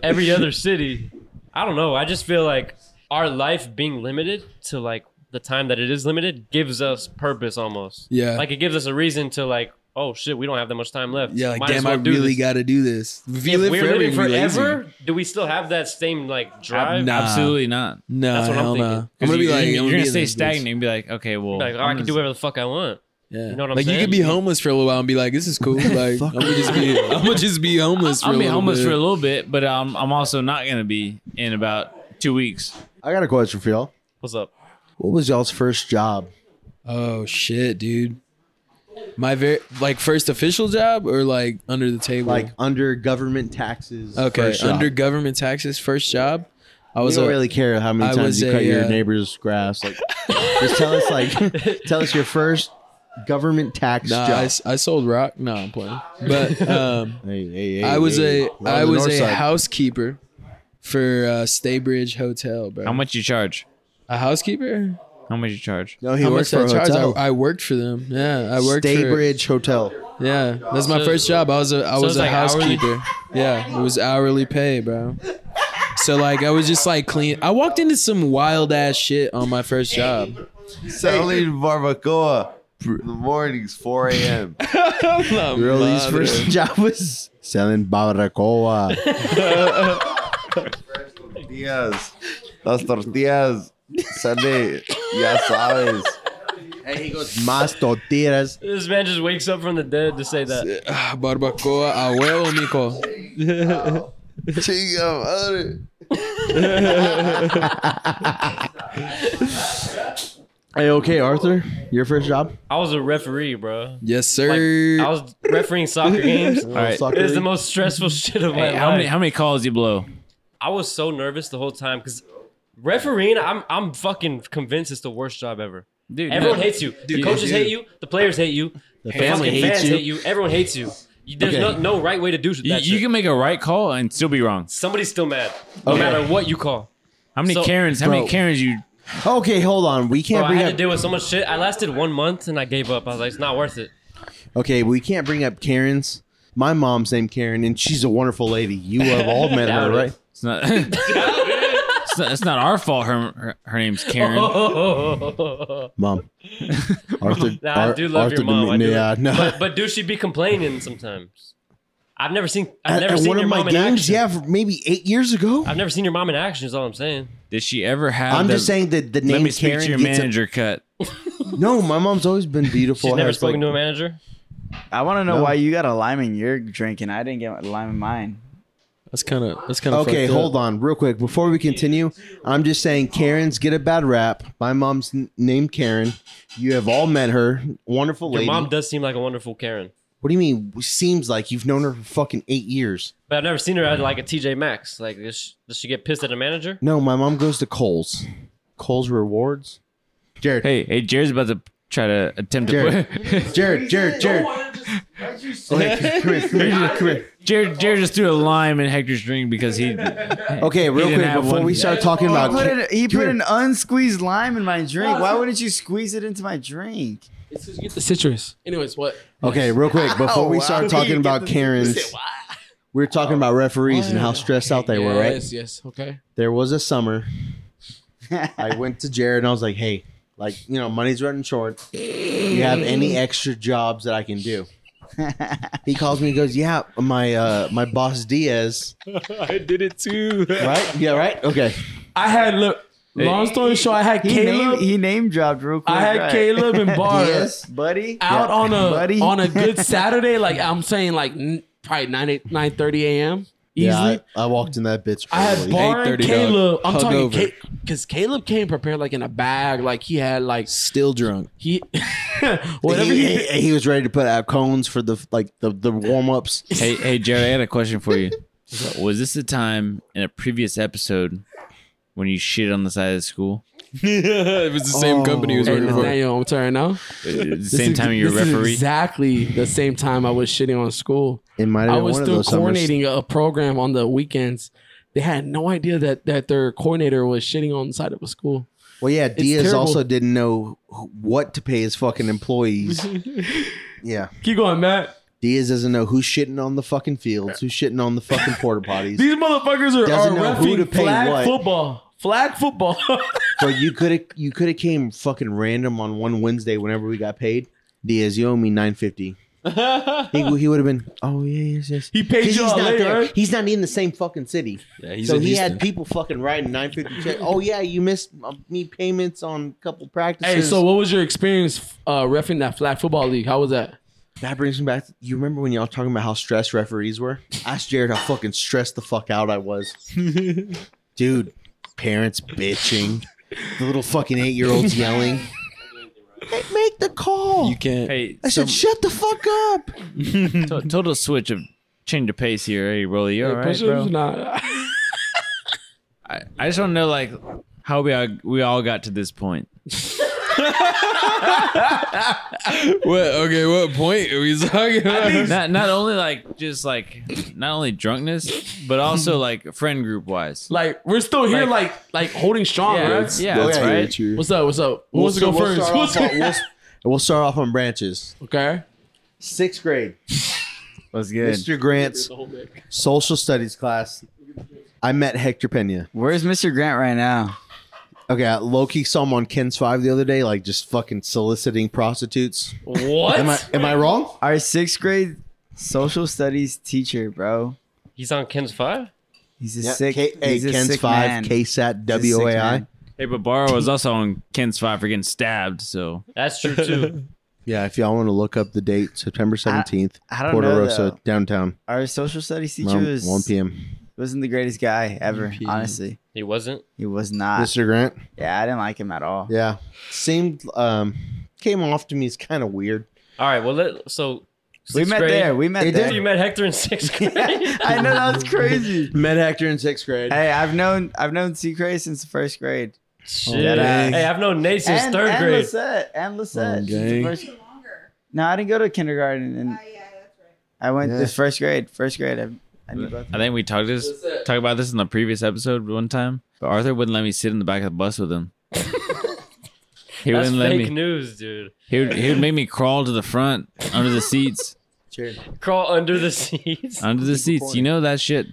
[SPEAKER 2] bro. Every other city. I don't know. I just feel like our life being limited to like the time that it is limited gives us purpose almost.
[SPEAKER 3] Yeah.
[SPEAKER 2] Like it gives us a reason to like, oh shit, we don't have that much time left.
[SPEAKER 3] Yeah, like
[SPEAKER 2] Might as
[SPEAKER 3] damn,
[SPEAKER 2] well
[SPEAKER 3] I
[SPEAKER 2] do
[SPEAKER 3] really
[SPEAKER 2] this.
[SPEAKER 3] got to do this. If you
[SPEAKER 2] If
[SPEAKER 3] live
[SPEAKER 2] we're
[SPEAKER 3] forever,
[SPEAKER 2] living
[SPEAKER 3] you be lazy.
[SPEAKER 2] forever, do we still have that same like drive?
[SPEAKER 3] Nah.
[SPEAKER 7] Absolutely not.
[SPEAKER 3] Nah,
[SPEAKER 2] That's what I'm
[SPEAKER 3] hell nah.
[SPEAKER 2] thinking.
[SPEAKER 3] I'm gonna be
[SPEAKER 7] you-
[SPEAKER 3] like, I'm
[SPEAKER 7] you're
[SPEAKER 3] be
[SPEAKER 7] gonna
[SPEAKER 3] in
[SPEAKER 7] stay
[SPEAKER 3] this bitch.
[SPEAKER 7] stagnant and be like, okay, well,
[SPEAKER 2] Like, oh,
[SPEAKER 7] I'm
[SPEAKER 2] I can
[SPEAKER 7] just-
[SPEAKER 2] do whatever the fuck I want.
[SPEAKER 3] Yeah.
[SPEAKER 2] You know what I'm
[SPEAKER 3] like you
[SPEAKER 2] saying?
[SPEAKER 3] could be homeless for a little while and be like, this is cool. Like I'm gonna just be, I'm gonna just be homeless. For
[SPEAKER 7] I'll
[SPEAKER 3] a
[SPEAKER 7] be
[SPEAKER 3] little
[SPEAKER 7] homeless
[SPEAKER 3] bit.
[SPEAKER 7] for a little bit, but um, I'm also not gonna be in about two weeks.
[SPEAKER 4] I got a question for y'all.
[SPEAKER 2] What's up?
[SPEAKER 4] What was y'all's first job?
[SPEAKER 3] Oh shit, dude. My very like first official job or like under the table.
[SPEAKER 4] Like under government taxes.
[SPEAKER 3] okay,
[SPEAKER 4] first job.
[SPEAKER 3] under government taxes, first job. I
[SPEAKER 4] We
[SPEAKER 3] was
[SPEAKER 4] don't
[SPEAKER 3] a,
[SPEAKER 4] really care how many
[SPEAKER 3] I
[SPEAKER 4] times
[SPEAKER 3] was
[SPEAKER 4] you
[SPEAKER 3] a,
[SPEAKER 4] cut your
[SPEAKER 3] uh,
[SPEAKER 4] neighbor's grass. Like, just tell us, like, tell us your first government tax
[SPEAKER 3] nah, Uh, I,
[SPEAKER 4] job.
[SPEAKER 3] s- I sold rock. No, I'm playing. But um,
[SPEAKER 4] Hey, hey, hey,
[SPEAKER 3] I was
[SPEAKER 4] hey.
[SPEAKER 3] a
[SPEAKER 4] We're on
[SPEAKER 3] I
[SPEAKER 4] the
[SPEAKER 3] was
[SPEAKER 4] north
[SPEAKER 3] a
[SPEAKER 4] side.
[SPEAKER 3] housekeeper for uh, Staybridge Hotel, bro.
[SPEAKER 7] How much you charge?
[SPEAKER 3] A housekeeper?
[SPEAKER 7] How much you charge?
[SPEAKER 4] No, he
[SPEAKER 3] How
[SPEAKER 4] works
[SPEAKER 3] much
[SPEAKER 4] for a
[SPEAKER 3] did I charge?
[SPEAKER 4] hotel.
[SPEAKER 3] I, I worked for them. Yeah, I worked for
[SPEAKER 4] Staybridge Hotel.
[SPEAKER 3] Yeah, that's my
[SPEAKER 2] So-
[SPEAKER 3] first job. I was a I
[SPEAKER 2] so it's
[SPEAKER 3] was a
[SPEAKER 2] like hourly?
[SPEAKER 3] housekeeper. Yeah, it was hourly pay, bro. So like I was just like clean. I walked into some wild ass shit on my first job.
[SPEAKER 13] Selling barbacoa. In the mornings, 4 a.m.
[SPEAKER 4] Broly's first job was selling barbacoa.
[SPEAKER 13] Tortillas. Las tortillas. Sunday. Ya sabes.
[SPEAKER 4] Mas tortillas.
[SPEAKER 2] This man just wakes up from the dead to say that.
[SPEAKER 3] Ah, Barbacoa a huevo, mico.
[SPEAKER 13] Chinga madre.
[SPEAKER 4] Hey, okay, Arthur, your first job?
[SPEAKER 2] I was a referee, bro.
[SPEAKER 3] Yes,
[SPEAKER 2] Like,
[SPEAKER 3] sir.
[SPEAKER 2] I was refereeing soccer games.
[SPEAKER 4] All right.
[SPEAKER 2] It was the most stressful shit of my
[SPEAKER 7] Hey,
[SPEAKER 2] life.
[SPEAKER 7] how many how many calls you blow?
[SPEAKER 2] I was so nervous the whole time because refereeing, I'm I'm fucking convinced it's the worst job ever.
[SPEAKER 7] Dude,
[SPEAKER 2] Everyone
[SPEAKER 7] no.
[SPEAKER 2] hates you. the coaches hate you. The players hate you. The
[SPEAKER 4] family
[SPEAKER 2] fucking
[SPEAKER 4] hates
[SPEAKER 2] fans
[SPEAKER 4] you.
[SPEAKER 2] hate you. Everyone hates you. You- There's no, no right way to do that.
[SPEAKER 7] You, you
[SPEAKER 2] shit.
[SPEAKER 7] can make a right call and still be wrong.
[SPEAKER 2] Somebody's still mad, no matter what you call.
[SPEAKER 7] How many
[SPEAKER 2] So-
[SPEAKER 7] Karens? How many
[SPEAKER 4] Bro.
[SPEAKER 7] Karens you?
[SPEAKER 4] Okay, hold on. We
[SPEAKER 2] Bro,
[SPEAKER 4] can't
[SPEAKER 2] I
[SPEAKER 4] bring
[SPEAKER 2] had
[SPEAKER 4] up
[SPEAKER 2] to deal with so much shit. I lasted one month and I gave up. I was like, it's not worth it.
[SPEAKER 4] Okay, we can't bring up Karen's. My mom's named Karen, and she's a wonderful lady. You have all met her,
[SPEAKER 2] Doubt it.
[SPEAKER 4] right?
[SPEAKER 7] It's not. it's, not it's not our fault. Her her, her name's Karen.
[SPEAKER 2] Oh.
[SPEAKER 4] Mom. Arthur.
[SPEAKER 2] Nah, I
[SPEAKER 4] Ar-
[SPEAKER 2] do love your
[SPEAKER 4] Arthur
[SPEAKER 2] mom. I
[SPEAKER 4] Domin-
[SPEAKER 2] do.
[SPEAKER 4] yeah, no.
[SPEAKER 2] But but do she be complaining sometimes? I've never seen. I've
[SPEAKER 4] At-
[SPEAKER 2] never
[SPEAKER 4] at
[SPEAKER 2] seen
[SPEAKER 4] one
[SPEAKER 2] your
[SPEAKER 4] of my
[SPEAKER 2] mom in
[SPEAKER 4] games,
[SPEAKER 2] action.
[SPEAKER 4] yeah, for maybe eight years ago.
[SPEAKER 2] I've never seen your mom in action. Is all I'm saying.
[SPEAKER 7] Did she ever have?
[SPEAKER 4] I'm
[SPEAKER 7] the-
[SPEAKER 4] just saying that the
[SPEAKER 7] Let
[SPEAKER 4] name
[SPEAKER 7] me speak
[SPEAKER 4] Karen
[SPEAKER 7] to your
[SPEAKER 4] gets a-
[SPEAKER 7] manager. cut.
[SPEAKER 4] no, my mom's always been beautiful.
[SPEAKER 2] She's never
[SPEAKER 4] has,
[SPEAKER 2] spoken
[SPEAKER 4] like-
[SPEAKER 2] to a manager.
[SPEAKER 8] I want to know
[SPEAKER 4] No.
[SPEAKER 8] why you got a lime in your drink and I didn't get a lime in mine.
[SPEAKER 3] that's kind of that's kind of
[SPEAKER 4] Okay, hold on, real quick. Before we continue, I'm just saying Karens get a bad rap. My mom's n- named Karen. You have all met her. Wonderful
[SPEAKER 2] Your
[SPEAKER 4] lady.
[SPEAKER 2] mom does seem like a wonderful Karen,
[SPEAKER 4] what do you mean? Seems like you've known her for fucking eight years.
[SPEAKER 2] but I've never seen her at like a TJ Maxx. Like, does she, does she get pissed at a manager?
[SPEAKER 4] No, my mom goes to Coles. Coles Rewards. Jared.
[SPEAKER 7] Hey, hey, Jared's about to try to attempt to.
[SPEAKER 4] Jared. Jared. Jared. Jared. Okay, come here, come here, come here.
[SPEAKER 7] Jared, Jared just threw a lime in Hector's drink because he.
[SPEAKER 4] Okay, real
[SPEAKER 7] didn't
[SPEAKER 4] quick
[SPEAKER 7] have
[SPEAKER 4] before
[SPEAKER 7] one.
[SPEAKER 4] we start talking
[SPEAKER 8] He
[SPEAKER 4] about
[SPEAKER 8] put,
[SPEAKER 4] ki-
[SPEAKER 8] an, he
[SPEAKER 4] Come
[SPEAKER 8] put
[SPEAKER 4] here.
[SPEAKER 8] an unsqueezed lime in my drink. Why wouldn't you squeeze it into my drink?
[SPEAKER 1] It's 'cause you get the citrus. Anyways, what?
[SPEAKER 4] Okay, real quick before we start talking about Karens, we are talking about referees and how stressed out they were, right?
[SPEAKER 1] Yes, yes. Okay.
[SPEAKER 4] There was a summer. I went to Jared and I was like, "Hey, like you know, money's running short. You have any extra jobs that I can do?" He calls me and goes, "Yeah, my uh my boss Diaz,
[SPEAKER 1] I did it too.
[SPEAKER 4] right? Yeah, right. Okay,
[SPEAKER 1] I had look. Long story short, I had
[SPEAKER 8] he
[SPEAKER 1] Caleb.
[SPEAKER 8] name he name dropped real quick.
[SPEAKER 1] I had
[SPEAKER 8] right.
[SPEAKER 1] Caleb and Bar
[SPEAKER 8] Yes, buddy.
[SPEAKER 1] out
[SPEAKER 4] Yeah.
[SPEAKER 1] on a
[SPEAKER 8] Buddy.
[SPEAKER 1] on a good Saturday. Like I'm saying, like n- probably 9 nine thirty a.m. Easily.
[SPEAKER 4] yeah, I, I walked in that bitch.
[SPEAKER 1] I had
[SPEAKER 4] early.
[SPEAKER 1] Bar and
[SPEAKER 3] 8:30, dog.
[SPEAKER 1] Caleb. I'm
[SPEAKER 3] Hungover.
[SPEAKER 1] talking because Caleb came prepared like in a bag. Like he had like
[SPEAKER 3] Still drunk.
[SPEAKER 1] he whatever
[SPEAKER 4] he,
[SPEAKER 1] he. did.
[SPEAKER 4] he- he was ready to put out cones for the like the the warm ups.
[SPEAKER 7] hey, hey, Jared, I had a question for you. Was this the time in a previous episode when you shit on the side of the school?
[SPEAKER 3] it was the same company he was
[SPEAKER 4] Oh.
[SPEAKER 1] Hey,
[SPEAKER 3] working for.
[SPEAKER 1] Nathaniel, I'm turning now.
[SPEAKER 7] Uh, the same time you were
[SPEAKER 1] This is
[SPEAKER 7] referee?
[SPEAKER 1] Exactly the same time I was shitting on school.
[SPEAKER 4] It might have
[SPEAKER 1] I
[SPEAKER 4] been
[SPEAKER 1] was
[SPEAKER 4] one of
[SPEAKER 1] still
[SPEAKER 4] those summers.
[SPEAKER 1] coordinating a program on the weekends. They had no idea that that their coordinator was shitting on the side of a school.
[SPEAKER 4] Well, yeah, Diaz
[SPEAKER 1] terrible.
[SPEAKER 4] also didn't know wh- what to pay his fucking employees. yeah,
[SPEAKER 1] Keep going, Matt.
[SPEAKER 4] Diaz doesn't know who's shitting on the fucking fields, who's shitting on the fucking porta potties.
[SPEAKER 1] These motherfuckers are, are
[SPEAKER 4] Doesn't know who to
[SPEAKER 1] refing
[SPEAKER 4] pay
[SPEAKER 1] flag
[SPEAKER 4] what.
[SPEAKER 1] football. Flag football.
[SPEAKER 4] but you could have you could have came fucking random on one Wednesday whenever we got paid. Diaz, you owe me nine fifty. he he would have been. Oh yeah, yes, yes.
[SPEAKER 1] he paid
[SPEAKER 4] 'Cause
[SPEAKER 1] you
[SPEAKER 4] he's
[SPEAKER 1] all
[SPEAKER 4] not
[SPEAKER 1] later.
[SPEAKER 4] there.
[SPEAKER 1] right?
[SPEAKER 4] He's not in the same fucking city.
[SPEAKER 3] Yeah, he's
[SPEAKER 4] so
[SPEAKER 3] in
[SPEAKER 4] he
[SPEAKER 3] Houston.
[SPEAKER 4] had people fucking writing 950 check. Oh yeah, you missed uh, me payments on a couple practices.
[SPEAKER 1] Hey, so what was your experience uh, refing that flag football league? How was that?
[SPEAKER 4] that brings me back. you remember when y'all talking about how stressed referees were? Ask Jared how fucking stressed the fuck out I was, dude. Parents bitching, the little fucking eight year olds yelling. They make the call.
[SPEAKER 3] You can't.
[SPEAKER 7] Hey,
[SPEAKER 4] I said, shut the fuck up.
[SPEAKER 7] to- total switch of change of pace here. Hey, Rolly, you all right,
[SPEAKER 1] Push-ups?
[SPEAKER 7] bro?
[SPEAKER 1] Nah.
[SPEAKER 7] I, I just want to know, like, how we all, we all got to this point.
[SPEAKER 3] What? Okay, what point are we talking about?
[SPEAKER 7] Not not only like just like not only drunkenness, but also like friend group wise.
[SPEAKER 1] like we're still here, like like, holding strong,
[SPEAKER 7] Yeah,
[SPEAKER 1] right?
[SPEAKER 7] that's, yeah, that's
[SPEAKER 4] Okay.
[SPEAKER 7] right.
[SPEAKER 1] What's up? What's up? Who wants to go
[SPEAKER 4] We'll
[SPEAKER 1] first?
[SPEAKER 4] start
[SPEAKER 1] Who
[SPEAKER 4] off
[SPEAKER 1] wants to-
[SPEAKER 4] on- we'll- We'll start off on branches.
[SPEAKER 1] okay.
[SPEAKER 4] Sixth grade.
[SPEAKER 7] Let's get
[SPEAKER 4] Mr. Grant's social studies class. I met Hector Pena.
[SPEAKER 8] Where's Mr. Grant right now?
[SPEAKER 4] Okay, I low key saw him on Ken's Five the other day, like just fucking soliciting prostitutes.
[SPEAKER 2] What?
[SPEAKER 4] Am I am I wrong?
[SPEAKER 8] Our sixth grade social studies teacher, bro.
[SPEAKER 2] He's on Ken's five.
[SPEAKER 8] He's a
[SPEAKER 4] Yeah,
[SPEAKER 8] sick.
[SPEAKER 4] K- hey,
[SPEAKER 8] he's a
[SPEAKER 4] Ken's
[SPEAKER 8] sick
[SPEAKER 4] Five,
[SPEAKER 8] man.
[SPEAKER 4] KSAT,
[SPEAKER 8] He's a sick
[SPEAKER 4] WAI.
[SPEAKER 8] man.
[SPEAKER 7] Hey, but Barrow was also on Ken's five for getting stabbed. So
[SPEAKER 2] That's true too.
[SPEAKER 4] Yeah, if y'all want to look up the date, September seventeenth,
[SPEAKER 8] I don't
[SPEAKER 4] Porta
[SPEAKER 8] know.
[SPEAKER 4] Rosa,
[SPEAKER 8] though.
[SPEAKER 4] downtown,
[SPEAKER 8] Our social studies teacher
[SPEAKER 4] around
[SPEAKER 8] was,
[SPEAKER 4] one p.m.
[SPEAKER 8] wasn't the greatest guy ever. Honestly,
[SPEAKER 2] He wasn't.
[SPEAKER 8] he was not.
[SPEAKER 4] Mr. Grant,
[SPEAKER 8] yeah, I didn't like him at all.
[SPEAKER 4] yeah, seemed um came off to me as kind of weird.
[SPEAKER 2] All right. Well, let, so
[SPEAKER 8] we met there. We met
[SPEAKER 4] They
[SPEAKER 8] there.
[SPEAKER 4] did.
[SPEAKER 2] You met Hector in sixth grade.
[SPEAKER 8] I know that was crazy.
[SPEAKER 4] Met Hector in sixth grade.
[SPEAKER 8] hey, I've known I've known C. Cray since the first grade.
[SPEAKER 2] Shit.
[SPEAKER 8] dang.
[SPEAKER 2] Hey, I've known Nate since
[SPEAKER 8] and,
[SPEAKER 2] third
[SPEAKER 8] and
[SPEAKER 2] grade.
[SPEAKER 8] Lisette, and Lisette.
[SPEAKER 3] Oh,
[SPEAKER 8] She's the
[SPEAKER 3] dang.
[SPEAKER 8] first- no, I didn't go to kindergarten, and I uh, went to first grade. First grade, I, I knew both.
[SPEAKER 7] I think we talked this talked about this in the previous episode one time. But Arthur wouldn't let me sit in the back of the bus with him. he
[SPEAKER 2] That's
[SPEAKER 7] wouldn't let
[SPEAKER 2] fake
[SPEAKER 7] me.
[SPEAKER 2] news, dude.
[SPEAKER 7] He would, he would make me crawl to the front under the seats.
[SPEAKER 2] Crawl under the seats.
[SPEAKER 7] Under the seats. You know that shit.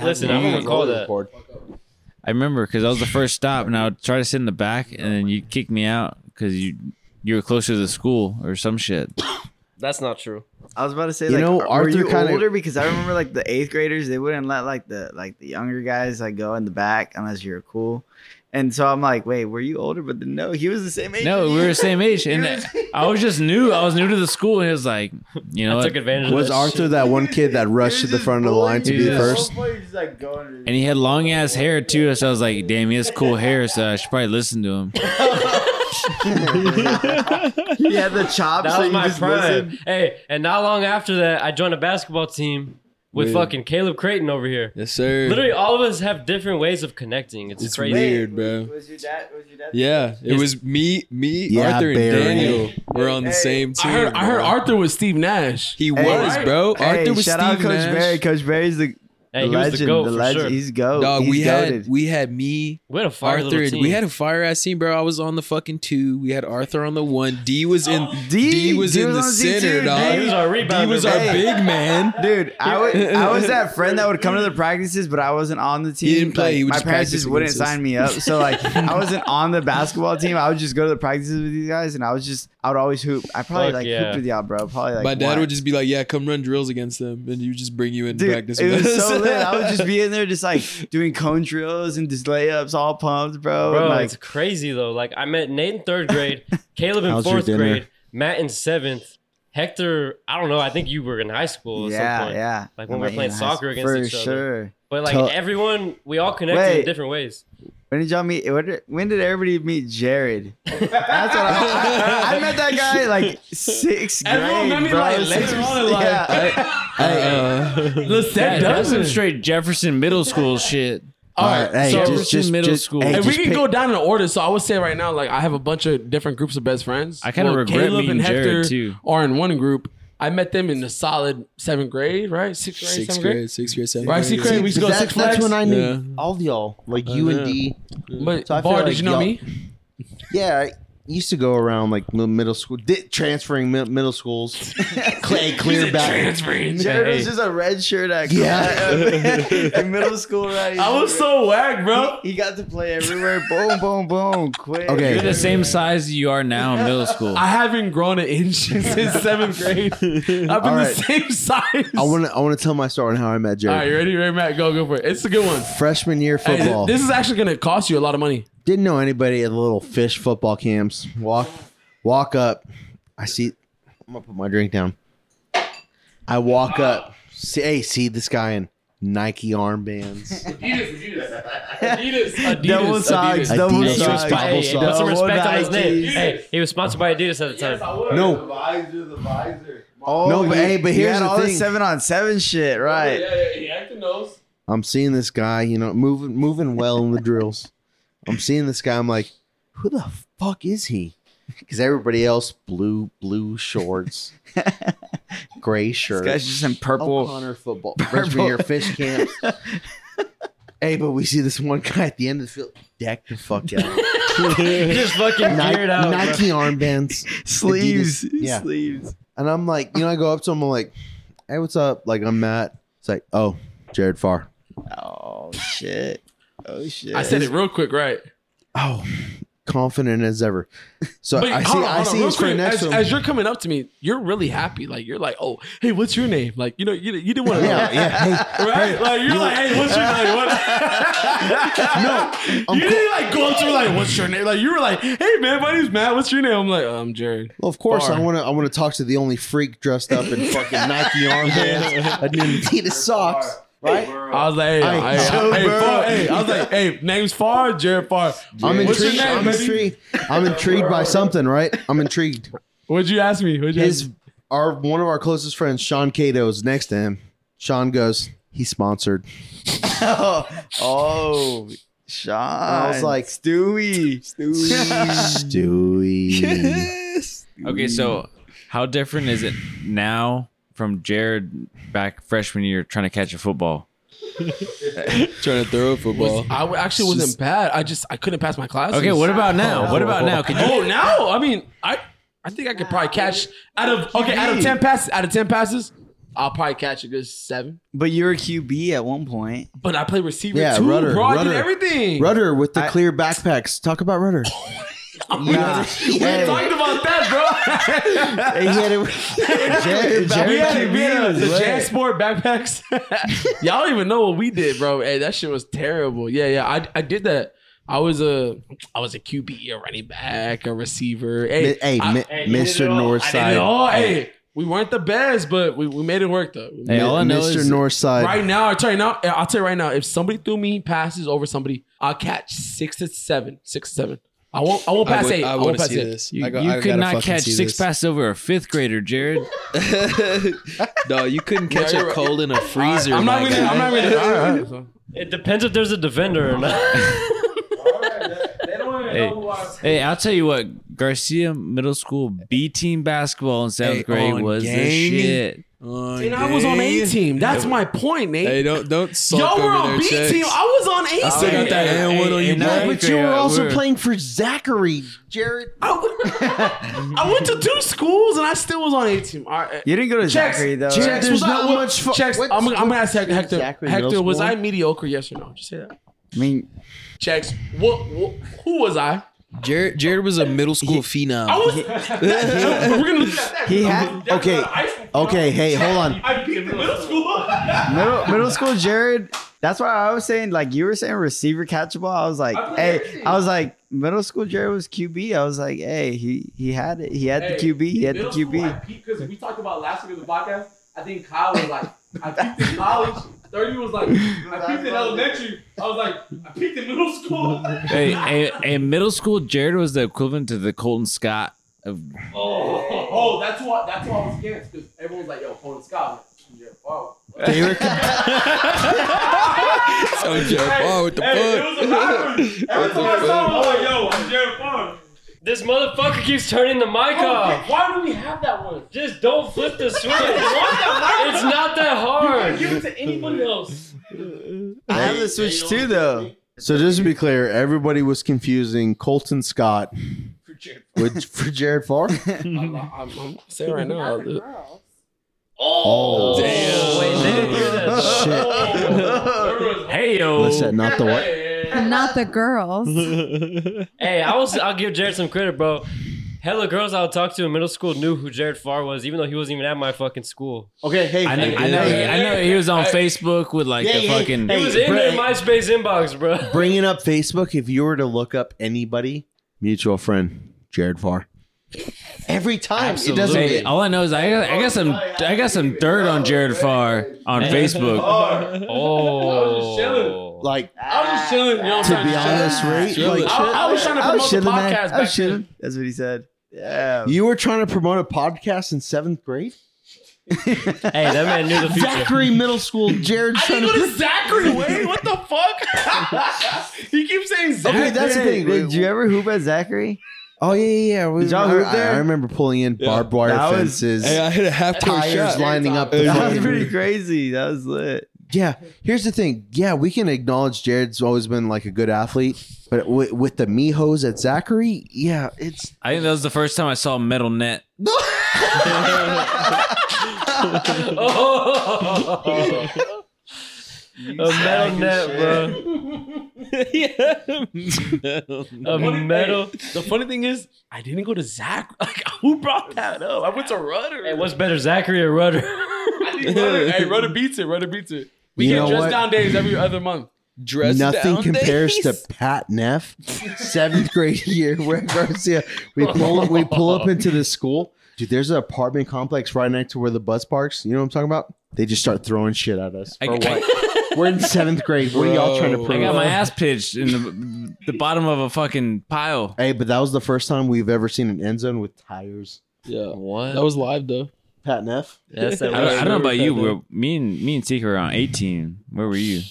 [SPEAKER 2] Listen, I'm gonna call that.
[SPEAKER 7] I remember because I was the first stop, and I would try to sit in the back, and then you kick me out because you you were closer to the school or some shit.
[SPEAKER 2] That's not true.
[SPEAKER 8] I was about to say,
[SPEAKER 4] You
[SPEAKER 8] like,
[SPEAKER 4] know,
[SPEAKER 8] are
[SPEAKER 4] Arthur
[SPEAKER 8] you
[SPEAKER 4] kinda-
[SPEAKER 8] older? Because I remember like the eighth graders, they wouldn't let like the like the younger guys like go in the back unless you were cool. And so I'm like, wait, were you older? But then, no, he was the same age.
[SPEAKER 7] No,
[SPEAKER 8] as
[SPEAKER 7] we
[SPEAKER 8] you.
[SPEAKER 7] were the same age, and I was just new. I was new to the school, and it was like, you know,
[SPEAKER 2] I
[SPEAKER 7] what?
[SPEAKER 2] took advantage of
[SPEAKER 4] Was
[SPEAKER 2] that
[SPEAKER 4] Arthur
[SPEAKER 2] shit.
[SPEAKER 4] that one kid that
[SPEAKER 8] He
[SPEAKER 4] rushed
[SPEAKER 8] was
[SPEAKER 4] to the
[SPEAKER 8] just
[SPEAKER 4] front of the
[SPEAKER 8] bullying
[SPEAKER 4] line to
[SPEAKER 8] you.
[SPEAKER 4] be
[SPEAKER 7] Jesus.
[SPEAKER 4] first?
[SPEAKER 8] Homeboy was just, like, going under the-
[SPEAKER 7] and he had long ass hair too. So I was like, damn, he has cool hair, so I should probably listen to him.
[SPEAKER 8] he had the chops.
[SPEAKER 2] That
[SPEAKER 8] so
[SPEAKER 2] was
[SPEAKER 8] you
[SPEAKER 2] my
[SPEAKER 8] just
[SPEAKER 2] prime.
[SPEAKER 8] listened.
[SPEAKER 2] Hey, and not long after that, I joined a basketball team with
[SPEAKER 3] Yeah.
[SPEAKER 2] fucking Caleb Creighton over here.
[SPEAKER 3] Yes, sir.
[SPEAKER 2] Literally, all of us have different ways of connecting. It's,
[SPEAKER 3] It's
[SPEAKER 2] crazy.
[SPEAKER 3] weird, bro.
[SPEAKER 8] Was your dad? Was your dad?
[SPEAKER 3] Yeah, it
[SPEAKER 2] Yes.
[SPEAKER 3] was me, me,
[SPEAKER 4] Yeah,
[SPEAKER 3] Arthur, and
[SPEAKER 4] Barry.
[SPEAKER 3] Daniel. We're on the
[SPEAKER 8] Hey.
[SPEAKER 3] same team.
[SPEAKER 5] I heard, I heard
[SPEAKER 3] bro.
[SPEAKER 5] Arthur was Steve Nash.
[SPEAKER 3] He
[SPEAKER 8] Hey,
[SPEAKER 3] was, bro.
[SPEAKER 8] Hey,
[SPEAKER 3] Arthur was
[SPEAKER 8] shout
[SPEAKER 3] Steve
[SPEAKER 8] out Coach
[SPEAKER 3] Nash.
[SPEAKER 8] Barry. Coach Barry's the,
[SPEAKER 2] Hey,
[SPEAKER 8] the
[SPEAKER 2] he
[SPEAKER 8] legend.
[SPEAKER 2] was the goat
[SPEAKER 8] the
[SPEAKER 2] for
[SPEAKER 8] legend.
[SPEAKER 2] sure.
[SPEAKER 8] He's go.
[SPEAKER 3] Dog,
[SPEAKER 8] He's
[SPEAKER 3] we had
[SPEAKER 8] goated.
[SPEAKER 3] we had me,
[SPEAKER 2] We had a fire
[SPEAKER 3] Arthur.
[SPEAKER 2] little
[SPEAKER 3] and-
[SPEAKER 2] team.
[SPEAKER 3] We had a fire ass team, bro. I was on the fucking two. We had Arthur on the one. D was in.
[SPEAKER 8] D,
[SPEAKER 3] D was
[SPEAKER 8] D
[SPEAKER 3] in the
[SPEAKER 8] on Z
[SPEAKER 3] center,
[SPEAKER 8] too,
[SPEAKER 3] dog.
[SPEAKER 2] he was our rebounder.
[SPEAKER 3] D was our
[SPEAKER 2] bro.
[SPEAKER 8] Hey.
[SPEAKER 3] big man.
[SPEAKER 8] Dude, I, would, I was that friend that would come to the practices, but I wasn't on the team.
[SPEAKER 3] didn't play,
[SPEAKER 8] Like,
[SPEAKER 3] he would
[SPEAKER 8] my
[SPEAKER 3] just
[SPEAKER 8] parents
[SPEAKER 3] practice
[SPEAKER 8] just wouldn't
[SPEAKER 3] against us.
[SPEAKER 8] sign me up. So like, I wasn't on the basketball team. I would just go to the practices with these guys, and I was just, I would always hoop. I probably
[SPEAKER 2] Fuck
[SPEAKER 8] like
[SPEAKER 2] yeah.
[SPEAKER 8] hooped with y'all, bro. Probably like
[SPEAKER 3] My dad
[SPEAKER 8] once.
[SPEAKER 3] would just be like, "Yeah, come run drills against them," and you just bring you in
[SPEAKER 8] Dude,
[SPEAKER 3] practice.
[SPEAKER 8] it
[SPEAKER 3] with
[SPEAKER 8] was
[SPEAKER 3] us.
[SPEAKER 8] so lit. I would just be in there, just like doing cone drills and just layups, all pumped, bro.
[SPEAKER 2] Bro,
[SPEAKER 8] and, like,
[SPEAKER 2] it's crazy though. Like I met Nate in third grade, Caleb in
[SPEAKER 4] How's your
[SPEAKER 2] fourth
[SPEAKER 4] dinner?
[SPEAKER 2] grade, Matt in seventh, Hector. I don't know. I think you were in high school. At
[SPEAKER 8] yeah,
[SPEAKER 2] some point.
[SPEAKER 8] yeah.
[SPEAKER 2] Like, when we
[SPEAKER 8] Like,
[SPEAKER 2] were playing
[SPEAKER 8] yeah,
[SPEAKER 2] soccer against
[SPEAKER 8] for
[SPEAKER 2] each other.
[SPEAKER 8] sure.
[SPEAKER 2] But like
[SPEAKER 4] Tell-
[SPEAKER 2] everyone, we all connected
[SPEAKER 8] Wait.
[SPEAKER 2] in different ways.
[SPEAKER 8] When did y'all meet? When did, when did everybody meet Jared? That's what I, I, I met that guy like sixth grade.
[SPEAKER 5] Everyone met me,
[SPEAKER 8] bro.
[SPEAKER 5] like, later on in life.
[SPEAKER 8] Yeah.
[SPEAKER 5] Let's
[SPEAKER 7] That,
[SPEAKER 5] that
[SPEAKER 7] that's some
[SPEAKER 5] doesn't.
[SPEAKER 7] straight Jefferson middle school shit.
[SPEAKER 5] All right,
[SPEAKER 4] hey,
[SPEAKER 5] so
[SPEAKER 4] just, just,
[SPEAKER 7] middle
[SPEAKER 4] just,
[SPEAKER 7] school.
[SPEAKER 4] Hey,
[SPEAKER 5] and we
[SPEAKER 4] just
[SPEAKER 5] can
[SPEAKER 4] pick,
[SPEAKER 5] go down in order. So I would say right now, like I have a bunch of different groups of best friends.
[SPEAKER 7] I kinda regret meeting Jared, too.
[SPEAKER 5] Are in one group. I met them in the solid seventh grade, right? Sixth grade,
[SPEAKER 3] sixth
[SPEAKER 5] seventh
[SPEAKER 3] grade,
[SPEAKER 5] grade.
[SPEAKER 3] sixth grade, seventh
[SPEAKER 5] Right,
[SPEAKER 3] grade.
[SPEAKER 5] sixth grade. We used to go
[SPEAKER 4] that-
[SPEAKER 5] Six
[SPEAKER 4] That's
[SPEAKER 5] Flags.
[SPEAKER 4] when I knew
[SPEAKER 3] Yeah.
[SPEAKER 4] all of y'all, like you and D.
[SPEAKER 5] But
[SPEAKER 4] So I feel
[SPEAKER 5] Var,
[SPEAKER 4] like
[SPEAKER 5] did you know
[SPEAKER 4] y'all-
[SPEAKER 5] me?
[SPEAKER 4] Yeah, I used to go around like mi- middle school, di- transferring mi- middle schools. Clay clear back.
[SPEAKER 8] Jared was just a red shirt at
[SPEAKER 4] Yeah.
[SPEAKER 8] in middle school, right?
[SPEAKER 5] I was so whack, bro.
[SPEAKER 8] He got to play everywhere. boom, boom, boom. Quick.
[SPEAKER 4] Okay.
[SPEAKER 7] You're the same size you are now in middle school.
[SPEAKER 5] I haven't grown an inch since seventh grade. I've been the
[SPEAKER 4] right.
[SPEAKER 5] same size.
[SPEAKER 4] I want to. I want to tell my story on how I met
[SPEAKER 5] All
[SPEAKER 4] Jared.
[SPEAKER 5] right, you ready? You Ready, Matt? Go, go for it. It's a good one.
[SPEAKER 4] Freshman year
[SPEAKER 5] Hey, th-
[SPEAKER 4] football.
[SPEAKER 5] this is actually going to cost you a lot of money.
[SPEAKER 4] Didn't know anybody at the little fish football camps. Walk, walk up. I see. I'm gonna put my drink down. I walk up. See, hey, see this guy in Nike armbands.
[SPEAKER 5] Adidas, Adidas,
[SPEAKER 8] Double socks,
[SPEAKER 5] Adidas.
[SPEAKER 8] double
[SPEAKER 4] Adidas.
[SPEAKER 2] Hey, he was spo-
[SPEAKER 4] Sorry,
[SPEAKER 8] socks,
[SPEAKER 2] hey, hey, put
[SPEAKER 8] double socks.
[SPEAKER 2] some respect on his
[SPEAKER 8] Double
[SPEAKER 2] name.
[SPEAKER 8] nineties.
[SPEAKER 2] Hey, he was sponsored by Adidas at the time.
[SPEAKER 4] No,
[SPEAKER 14] visor, the visor.
[SPEAKER 8] Oh,
[SPEAKER 4] No, but-
[SPEAKER 8] he-
[SPEAKER 4] hey, but
[SPEAKER 8] he
[SPEAKER 4] here's
[SPEAKER 8] had
[SPEAKER 4] the
[SPEAKER 8] all
[SPEAKER 4] thing.
[SPEAKER 8] this seven on seven shit, right?
[SPEAKER 4] I'm seeing this guy. You know, moving moving well in the drills. I'm seeing this guy. I'm like, who the fuck is he? Because everybody else blue blue shorts, gray
[SPEAKER 8] This
[SPEAKER 4] shirt.
[SPEAKER 8] guy's just in purple.
[SPEAKER 4] O'Connor football.
[SPEAKER 8] Purple.
[SPEAKER 4] Freshman year fish camp. hey, but we see this one guy at the end of the field decked the fuck out.
[SPEAKER 2] He just fucking
[SPEAKER 4] Nike,
[SPEAKER 2] geared out. bro.
[SPEAKER 4] Nike armbands.
[SPEAKER 8] Sleeves.
[SPEAKER 4] Adidas. Yeah.
[SPEAKER 8] Sleeves.
[SPEAKER 4] And I'm like, you know, I go up to him, I'm like, hey, what's up? Like, I'm Matt. It's like, oh, Jared Farr.
[SPEAKER 8] Oh shit. Oh shit.
[SPEAKER 5] I said it real quick, right?
[SPEAKER 4] Oh, confident as ever. So
[SPEAKER 5] But
[SPEAKER 4] I see
[SPEAKER 5] hold on,
[SPEAKER 4] I
[SPEAKER 5] hold on,
[SPEAKER 4] see
[SPEAKER 5] real
[SPEAKER 4] his friend
[SPEAKER 5] quick,
[SPEAKER 4] next
[SPEAKER 5] as,
[SPEAKER 4] to him.
[SPEAKER 5] as you're coming up to me, you're really happy. Like you're like, oh, hey, what's your name? Like you know, you, you didn't want to,
[SPEAKER 4] yeah, yeah.
[SPEAKER 5] right? like you're like, hey, what's your name? What? no, you didn't like go up to me like, what's your name? Like you were like, hey man, my name's Matt. What's your name? I'm like, "Oh, I'm Jared.
[SPEAKER 4] Well, of course,
[SPEAKER 5] Farr.
[SPEAKER 4] I want to. I want to talk to the only freak dressed up in fucking Nike armbands, and Adidas socks. Right?
[SPEAKER 5] I was like, hey,
[SPEAKER 4] Hey,
[SPEAKER 5] I,
[SPEAKER 4] Joe
[SPEAKER 5] I, hey,
[SPEAKER 4] Burrow.
[SPEAKER 5] Farr, hey, I was like, hey, name's Far, Jared Far.
[SPEAKER 4] I'm
[SPEAKER 5] What's your
[SPEAKER 4] intrigued.
[SPEAKER 5] name,
[SPEAKER 4] I'm
[SPEAKER 5] baby?
[SPEAKER 4] intrigued. I'm intrigued by something, right? I'm intrigued.
[SPEAKER 5] What'd you ask me? What'd you ask
[SPEAKER 4] His
[SPEAKER 5] me?
[SPEAKER 4] our one of our closest friends, Sean Cato, is next to him. Sean goes, he's sponsored.
[SPEAKER 8] oh, oh, Sean. I
[SPEAKER 4] was like,
[SPEAKER 8] Stewie.
[SPEAKER 4] Stewie.
[SPEAKER 7] Okay, so how different is it now from Jared back freshman year trying to catch a football?
[SPEAKER 3] Trying to throw a football.
[SPEAKER 5] I w- actually wasn't bad. I just I couldn't pass my classes.
[SPEAKER 7] Okay, what about now? What about now? Could you,
[SPEAKER 5] Oh, now I mean I I think I could probably catch out of okay out of ten passes out of ten passes I'll probably catch a good seven.
[SPEAKER 8] But you were QB at one point.
[SPEAKER 5] But I play receiver
[SPEAKER 4] Yeah,
[SPEAKER 5] too,
[SPEAKER 4] rudder,
[SPEAKER 5] bro. I did
[SPEAKER 4] rudder.
[SPEAKER 5] everything.
[SPEAKER 4] Rudder with the
[SPEAKER 8] I-
[SPEAKER 4] clear backpacks. Talk about Rudder.
[SPEAKER 8] Nah.
[SPEAKER 5] We
[SPEAKER 8] Hey.
[SPEAKER 5] talked about that,
[SPEAKER 4] Hey,
[SPEAKER 5] bro.
[SPEAKER 4] he had a- Jared,
[SPEAKER 5] we had, it- we had
[SPEAKER 4] Jared
[SPEAKER 5] it- the
[SPEAKER 4] QB was
[SPEAKER 5] Jan
[SPEAKER 4] lit.
[SPEAKER 5] Sport backpacks. Y'all don't even know what we did, bro. Hey, that shit was terrible. Yeah, yeah. I, I did that. I was a I was a QB, a running back, a receiver. Hey,
[SPEAKER 4] Mi- Hey,
[SPEAKER 5] I-
[SPEAKER 4] Mi-
[SPEAKER 2] Hey, you did
[SPEAKER 4] Mr.
[SPEAKER 2] it all. I did
[SPEAKER 4] Northside.
[SPEAKER 5] oh, hey, we weren't the best, but we, we made it work though.
[SPEAKER 7] Hey, all I know
[SPEAKER 4] Mr.
[SPEAKER 7] is
[SPEAKER 4] Northside.
[SPEAKER 5] Right now, I tell you now, I'll tell you right now, if somebody threw me passes over somebody, I'll catch six to seven, six to seven. I won't. I won't pass
[SPEAKER 3] I would-
[SPEAKER 5] eight.
[SPEAKER 3] I,
[SPEAKER 5] I
[SPEAKER 3] want
[SPEAKER 5] won't
[SPEAKER 3] to
[SPEAKER 5] pass
[SPEAKER 3] see
[SPEAKER 5] eight.
[SPEAKER 3] this.
[SPEAKER 7] You,
[SPEAKER 3] I go-
[SPEAKER 7] you
[SPEAKER 3] I
[SPEAKER 7] could
[SPEAKER 3] gotta
[SPEAKER 7] not
[SPEAKER 3] fucking
[SPEAKER 7] catch
[SPEAKER 3] see
[SPEAKER 7] six
[SPEAKER 3] this.
[SPEAKER 7] passes over a fifth grader, Jared.
[SPEAKER 3] no, you couldn't catch
[SPEAKER 5] you're
[SPEAKER 3] a
[SPEAKER 5] right.
[SPEAKER 3] cold in a freezer.
[SPEAKER 5] I'm not
[SPEAKER 3] my
[SPEAKER 5] really.
[SPEAKER 3] guy.
[SPEAKER 5] I'm not really. All right, all right, so.
[SPEAKER 2] It depends if there's a defender or not.
[SPEAKER 7] Hey, hey, I'll tell you what, Garcia Middle School B team basketball in seventh
[SPEAKER 3] Hey,
[SPEAKER 7] grade
[SPEAKER 3] on
[SPEAKER 7] was the
[SPEAKER 3] gang.
[SPEAKER 7] shit.
[SPEAKER 3] Oh,
[SPEAKER 5] And I was on
[SPEAKER 3] yeah.
[SPEAKER 5] A team. That's my point, Nate.
[SPEAKER 3] Hey, don't don't sulk
[SPEAKER 5] Y'all were
[SPEAKER 3] over
[SPEAKER 5] on
[SPEAKER 3] their
[SPEAKER 5] B
[SPEAKER 3] checks.
[SPEAKER 5] team. I was on A
[SPEAKER 3] still
[SPEAKER 5] team.
[SPEAKER 3] got that
[SPEAKER 7] Hey,
[SPEAKER 3] and one
[SPEAKER 7] hey,
[SPEAKER 3] on you,
[SPEAKER 7] in
[SPEAKER 3] bro.
[SPEAKER 7] ninth
[SPEAKER 4] but
[SPEAKER 7] grade,
[SPEAKER 4] you were
[SPEAKER 7] I-
[SPEAKER 4] also
[SPEAKER 7] we're-
[SPEAKER 4] playing for Zachary, Jared.
[SPEAKER 5] I, went, I went to two schools and I still was on A team. All right.
[SPEAKER 8] You didn't go to
[SPEAKER 5] Checks.
[SPEAKER 8] Zachary though.
[SPEAKER 5] Checks
[SPEAKER 8] right?
[SPEAKER 5] was
[SPEAKER 4] There's
[SPEAKER 5] not
[SPEAKER 4] not
[SPEAKER 5] what-
[SPEAKER 4] much fu-
[SPEAKER 5] Checks. I'm,
[SPEAKER 4] what's-
[SPEAKER 5] I'm gonna ask Hec- Hector.
[SPEAKER 4] Zachary middle
[SPEAKER 5] Hector, was
[SPEAKER 4] school?
[SPEAKER 5] I mediocre? Yes or no? Just say that.
[SPEAKER 8] I mean,
[SPEAKER 5] Checks. What? what who was I?
[SPEAKER 3] Jared, Jared was a middle school phenom.
[SPEAKER 5] I was. that- that- we're gonna look at that.
[SPEAKER 8] he had
[SPEAKER 5] That's
[SPEAKER 4] Okay.
[SPEAKER 5] not high school.
[SPEAKER 4] Okay, hey, hold on.
[SPEAKER 5] I beat the middle school.
[SPEAKER 8] middle, middle school Jared. That's why I was saying like you were saying receiver catchable. I was like, hey, I was like middle school Jared was QB. I was like, hey, he he had it. He had the QB. He had the
[SPEAKER 5] middle school, I
[SPEAKER 8] QB.
[SPEAKER 5] peaked because we talked about last week of the podcast. I think Kyle was like, I peaked in college. Thirty was like, I peaked in elementary. I was like, I peaked in middle school.
[SPEAKER 7] Hey, a, a middle school Jared was the equivalent to the Colton Scott of
[SPEAKER 5] Oh, oh, that's what that's what I was against because everyone was like, yo, Colin Scott. I'm like, Yeah, wow.
[SPEAKER 4] They were
[SPEAKER 3] so Jared, oh, what the
[SPEAKER 2] Hey,
[SPEAKER 3] fuck?
[SPEAKER 2] it was a robbery.
[SPEAKER 5] Every time I saw him, I was like, yo, I'm Jared Farr.
[SPEAKER 2] this motherfucker keeps turning the mic off.
[SPEAKER 5] Why do we have that one?
[SPEAKER 2] Just don't flip the switch. it's not that hard.
[SPEAKER 5] Give it to anybody else.
[SPEAKER 8] I have the switch too though.
[SPEAKER 4] So just to be clear, everybody was confusing Colton Scott with for Jared Farr.
[SPEAKER 5] I'm, I'm, I'm saying right now. dude.
[SPEAKER 4] Oh,
[SPEAKER 2] Damn. Wait, they didn't hear that.
[SPEAKER 7] Hey yo.
[SPEAKER 4] Listen, not the what?
[SPEAKER 6] Not the girls.
[SPEAKER 2] Hey, I was, I'll give Jared some credit, bro. Hella girls I would talk to in middle school knew who Jared Farr was, even though he wasn't even at my fucking school.
[SPEAKER 4] Okay, hey,
[SPEAKER 7] I know,
[SPEAKER 4] hey,
[SPEAKER 7] I know,
[SPEAKER 4] hey,
[SPEAKER 7] I know he was on Facebook with like
[SPEAKER 4] Yeah,
[SPEAKER 7] the
[SPEAKER 4] yeah,
[SPEAKER 7] fucking.
[SPEAKER 4] hey.
[SPEAKER 2] He was in
[SPEAKER 4] bro,
[SPEAKER 2] their MySpace inbox, bro.
[SPEAKER 4] bringing up Facebook. If you were to look up anybody, mutual friend Jared Farr. um, Every time it doesn't.
[SPEAKER 7] Hey, all I know is I got, I got some I got some dirt on Jared Farr on Facebook.
[SPEAKER 2] Oh.
[SPEAKER 4] Like
[SPEAKER 5] I was just chilling. You know what
[SPEAKER 4] to
[SPEAKER 5] I'm
[SPEAKER 4] be
[SPEAKER 5] saying?
[SPEAKER 4] honest, right?
[SPEAKER 3] Chill.
[SPEAKER 4] Like,
[SPEAKER 5] I, I was trying to
[SPEAKER 4] I was
[SPEAKER 5] promote
[SPEAKER 4] chilling,
[SPEAKER 5] the
[SPEAKER 4] man.
[SPEAKER 5] podcast
[SPEAKER 4] I
[SPEAKER 5] back
[SPEAKER 4] was
[SPEAKER 5] then.
[SPEAKER 4] chilling.
[SPEAKER 8] Oh, That's what he said. Yeah.
[SPEAKER 4] You were trying to promote a podcast in seventh grade.
[SPEAKER 2] Hey, that man knew the future.
[SPEAKER 4] Zachary Middle School. Jared
[SPEAKER 5] I
[SPEAKER 4] trying
[SPEAKER 5] didn't
[SPEAKER 4] to.
[SPEAKER 5] go to Zachary Wade. What the fuck? he keeps saying Zachary.
[SPEAKER 4] Okay, that's the
[SPEAKER 8] Hey,
[SPEAKER 4] thing.
[SPEAKER 8] Did you ever hoop at Zachary?
[SPEAKER 4] Oh yeah, yeah. yeah. We,
[SPEAKER 8] Did y'all
[SPEAKER 4] I-
[SPEAKER 8] hoop
[SPEAKER 4] I,
[SPEAKER 8] there?
[SPEAKER 4] I remember pulling in barbed wire
[SPEAKER 8] That was-
[SPEAKER 4] fences,
[SPEAKER 3] Hey, I hit a half court
[SPEAKER 4] tires
[SPEAKER 3] shot.
[SPEAKER 4] lining up.
[SPEAKER 3] Hey,
[SPEAKER 4] The
[SPEAKER 3] that
[SPEAKER 8] That was
[SPEAKER 4] fucking-
[SPEAKER 8] pretty crazy. That was lit.
[SPEAKER 4] yeah. Here's the thing. Yeah, we can acknowledge Jared's always been like a good athlete, but wi- with the Mijos at Zachary, yeah, it's
[SPEAKER 7] I think that was the first time I saw metal net.
[SPEAKER 2] Oh. A metal net, bro. A metal.
[SPEAKER 5] The funny thing is, I didn't go to Zach. Like, who brought that up? I went to Rudder.
[SPEAKER 2] Hey, what's better, Zachary or Rudder?
[SPEAKER 5] I think Rudder. hey, Rudder beats it. Rudder beats it. We
[SPEAKER 4] You
[SPEAKER 5] get
[SPEAKER 4] know
[SPEAKER 5] dressed
[SPEAKER 4] what?
[SPEAKER 5] down days every other month.
[SPEAKER 3] Dressed
[SPEAKER 4] nothing
[SPEAKER 3] down
[SPEAKER 4] compares
[SPEAKER 3] days.
[SPEAKER 4] to Pat Neff, seventh grade year where Garcia. We pull up, we pull up into the school. Dude, there's an apartment complex right next to where the bus parks. You know what I'm talking about? They just start throwing shit at us.
[SPEAKER 7] I-
[SPEAKER 4] For what? We're in seventh grade. What are y'all trying to
[SPEAKER 3] Bro.
[SPEAKER 4] prove?
[SPEAKER 7] I got my ass pitched in the the bottom of a fucking pile.
[SPEAKER 4] Hey, but that was the first time we've ever seen an end zone with tires.
[SPEAKER 3] Yeah, that
[SPEAKER 2] What?
[SPEAKER 3] was live though.
[SPEAKER 4] Pat Neff.
[SPEAKER 2] That's
[SPEAKER 7] I
[SPEAKER 2] that
[SPEAKER 7] don't, I don't know
[SPEAKER 2] Rudder.
[SPEAKER 7] about you, but me and me and Tika were on 18. Where were you?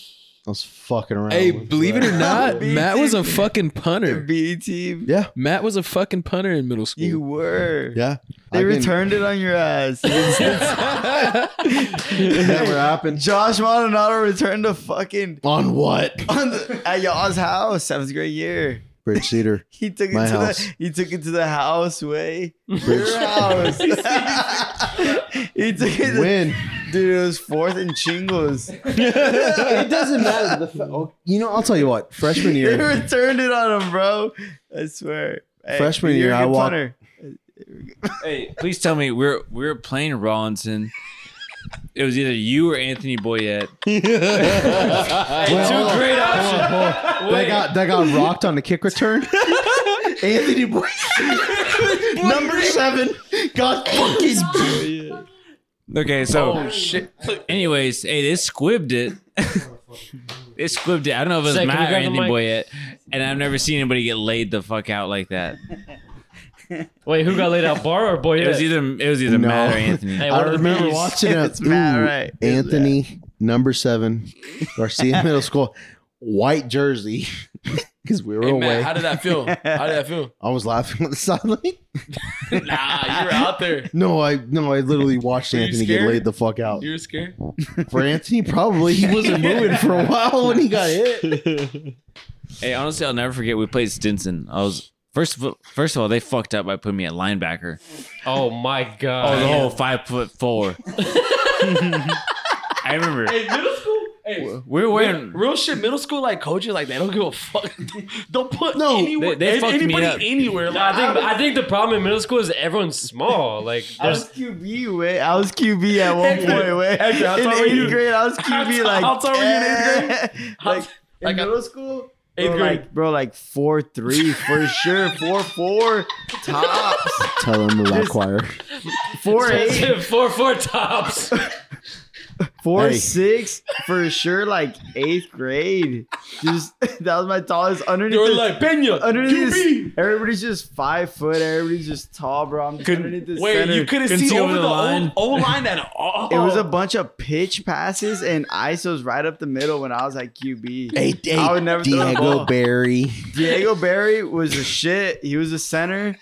[SPEAKER 4] I was fucking around.
[SPEAKER 3] Hey,
[SPEAKER 4] with-
[SPEAKER 3] believe it or not,
[SPEAKER 8] Beat
[SPEAKER 3] Matt was a
[SPEAKER 8] it.
[SPEAKER 3] fucking punter.
[SPEAKER 8] B team.
[SPEAKER 4] Yeah.
[SPEAKER 3] Matt was a fucking punter in middle
[SPEAKER 8] You
[SPEAKER 3] school.
[SPEAKER 8] were.
[SPEAKER 4] Yeah.
[SPEAKER 8] They
[SPEAKER 4] I can-
[SPEAKER 8] returned it on your ass.
[SPEAKER 4] Never happened.
[SPEAKER 8] Josh Maldonado returned to fucking
[SPEAKER 4] On what?
[SPEAKER 8] on the, at y'all's house, seventh grade year.
[SPEAKER 4] Bridge Cedar.
[SPEAKER 8] He took it
[SPEAKER 4] My
[SPEAKER 8] to
[SPEAKER 4] house.
[SPEAKER 8] the he took it to the house way. Your house. he took it to,
[SPEAKER 4] Win.
[SPEAKER 8] dude. It was fourth and chingles.
[SPEAKER 4] it doesn't matter. The fa- oh, you know, I'll tell you what. Freshman
[SPEAKER 8] They
[SPEAKER 4] year,
[SPEAKER 8] returned it on him, bro. I swear. Hey,
[SPEAKER 4] Freshman
[SPEAKER 8] you're
[SPEAKER 4] year,
[SPEAKER 8] a
[SPEAKER 4] I
[SPEAKER 8] good
[SPEAKER 4] walked-
[SPEAKER 8] punter.
[SPEAKER 7] Hey, please tell me we're we're playing Rollinson. It was either you or Anthony Boyette.
[SPEAKER 2] Hey,
[SPEAKER 4] Well, hold on,
[SPEAKER 2] two great
[SPEAKER 4] hold on,
[SPEAKER 2] options.
[SPEAKER 4] hold on. that got that got rocked on the kick return. Anthony Boy, number seven, got fucking.
[SPEAKER 7] Okay, so
[SPEAKER 5] shit.
[SPEAKER 7] Oh, anyways, hey, they squibbed it. They squibbed it. I don't know if it was
[SPEAKER 2] Zach, can you
[SPEAKER 7] Matt or
[SPEAKER 2] grab the
[SPEAKER 7] Andy
[SPEAKER 2] mic?
[SPEAKER 7] Boyette, and I've never seen anybody get laid the fuck out like that.
[SPEAKER 2] Wait, who got laid out? Bar or boy?
[SPEAKER 7] It was either it was either
[SPEAKER 4] No.
[SPEAKER 7] Matt or Anthony.
[SPEAKER 2] Hey,
[SPEAKER 4] I
[SPEAKER 2] what are the
[SPEAKER 4] remember
[SPEAKER 2] bees?
[SPEAKER 4] watching
[SPEAKER 8] If
[SPEAKER 4] it.
[SPEAKER 8] it's Matt,
[SPEAKER 4] Ooh,
[SPEAKER 8] right.
[SPEAKER 4] Anthony, number seven, Garcia Middle School, white jersey. Because we were
[SPEAKER 15] Hey,
[SPEAKER 4] away.
[SPEAKER 15] Matt, how did that feel? How did that feel?
[SPEAKER 4] I was laughing on the sideline.
[SPEAKER 15] nah, you were out there.
[SPEAKER 4] No, I no, I literally watched
[SPEAKER 15] Were you
[SPEAKER 4] Anthony get
[SPEAKER 15] scared?
[SPEAKER 4] laid the fuck out.
[SPEAKER 15] You were scared.
[SPEAKER 4] For Anthony, probably he wasn't moving for a while when he got hit.
[SPEAKER 7] Hey, honestly, I'll never forget. We played Stinson. I was first of all, first of all, they fucked up by putting me at linebacker.
[SPEAKER 2] Oh my
[SPEAKER 7] Oh,
[SPEAKER 2] god.
[SPEAKER 7] the whole five foot four. I remember
[SPEAKER 15] Hey, middle school. Hey,
[SPEAKER 7] we were
[SPEAKER 15] real,
[SPEAKER 7] wearing.
[SPEAKER 15] real shit. Middle school like coaches like they don't give a fuck. Don't put
[SPEAKER 4] No,
[SPEAKER 15] anywhere,
[SPEAKER 7] they- they fucked me
[SPEAKER 15] anybody
[SPEAKER 7] up.
[SPEAKER 15] anywhere.
[SPEAKER 2] I
[SPEAKER 15] Like,
[SPEAKER 2] think I think the problem in middle school is everyone's small. Like
[SPEAKER 8] I was
[SPEAKER 2] there's
[SPEAKER 8] QB, way. I was QB at one
[SPEAKER 15] Hector,
[SPEAKER 8] point, way.
[SPEAKER 15] Hector, how
[SPEAKER 8] in
[SPEAKER 15] tall were
[SPEAKER 8] eighth
[SPEAKER 15] you?
[SPEAKER 8] grade, I was
[SPEAKER 15] How
[SPEAKER 8] QB
[SPEAKER 15] tall-
[SPEAKER 8] like.
[SPEAKER 15] how tall were you in eighth
[SPEAKER 8] grade?
[SPEAKER 15] How-
[SPEAKER 8] like in
[SPEAKER 15] like, I-
[SPEAKER 8] middle school.
[SPEAKER 15] Eighth
[SPEAKER 8] bro,
[SPEAKER 15] grade.
[SPEAKER 8] like bro, like four three for sure, four four tops,
[SPEAKER 4] Tell him about
[SPEAKER 8] Just-
[SPEAKER 4] choir.
[SPEAKER 8] four eight,
[SPEAKER 2] four four tops.
[SPEAKER 8] four
[SPEAKER 4] Hey.
[SPEAKER 8] six for sure, like eighth grade. Just that was my tallest underneath.
[SPEAKER 15] they were
[SPEAKER 8] the-
[SPEAKER 15] like Pena.
[SPEAKER 8] underneath
[SPEAKER 15] QB.
[SPEAKER 8] this, everybody's just five foot. Everybody's just tall, bro. I'm just
[SPEAKER 7] Couldn't-
[SPEAKER 8] underneath the
[SPEAKER 15] Wait,
[SPEAKER 8] center.
[SPEAKER 15] you couldn't, see, over the,
[SPEAKER 7] line?
[SPEAKER 15] O line at all.
[SPEAKER 8] It
[SPEAKER 5] Oh.
[SPEAKER 8] was a bunch of pitch passes and ISOs right up the middle when I was at QB.
[SPEAKER 4] Hey, hey,
[SPEAKER 8] I would never throw the
[SPEAKER 4] Diego
[SPEAKER 8] ball.
[SPEAKER 4] Barry.
[SPEAKER 8] Diego Barry was the shit. He was a center,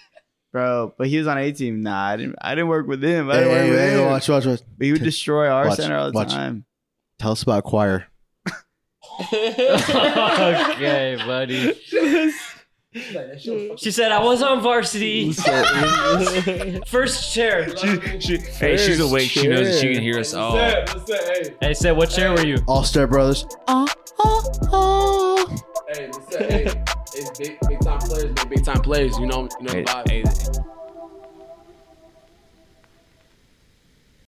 [SPEAKER 8] bro. But he was on A team. Nah, I didn't. I didn't work with him. I
[SPEAKER 4] Hey,
[SPEAKER 8] didn't work
[SPEAKER 4] hey,
[SPEAKER 8] with
[SPEAKER 4] hey,
[SPEAKER 8] him.
[SPEAKER 4] watch, watch, watch.
[SPEAKER 8] But he would destroy our
[SPEAKER 4] Watch,
[SPEAKER 8] center all the
[SPEAKER 4] watch.
[SPEAKER 8] time.
[SPEAKER 4] Tell us about choir.
[SPEAKER 2] okay, buddy. She said I was on varsity. First chair.
[SPEAKER 7] Hey, she's awake. She knows that she can hear us
[SPEAKER 5] Oh.
[SPEAKER 7] all.
[SPEAKER 15] What's that?
[SPEAKER 2] Hey, said what chair were you?
[SPEAKER 4] All Star Brothers.
[SPEAKER 6] Oh,
[SPEAKER 15] Hey, hey, what's that? Hey, it's big, big time players, man. Big time players. You know, you know.
[SPEAKER 7] Hey,
[SPEAKER 15] the vibe.
[SPEAKER 7] hey,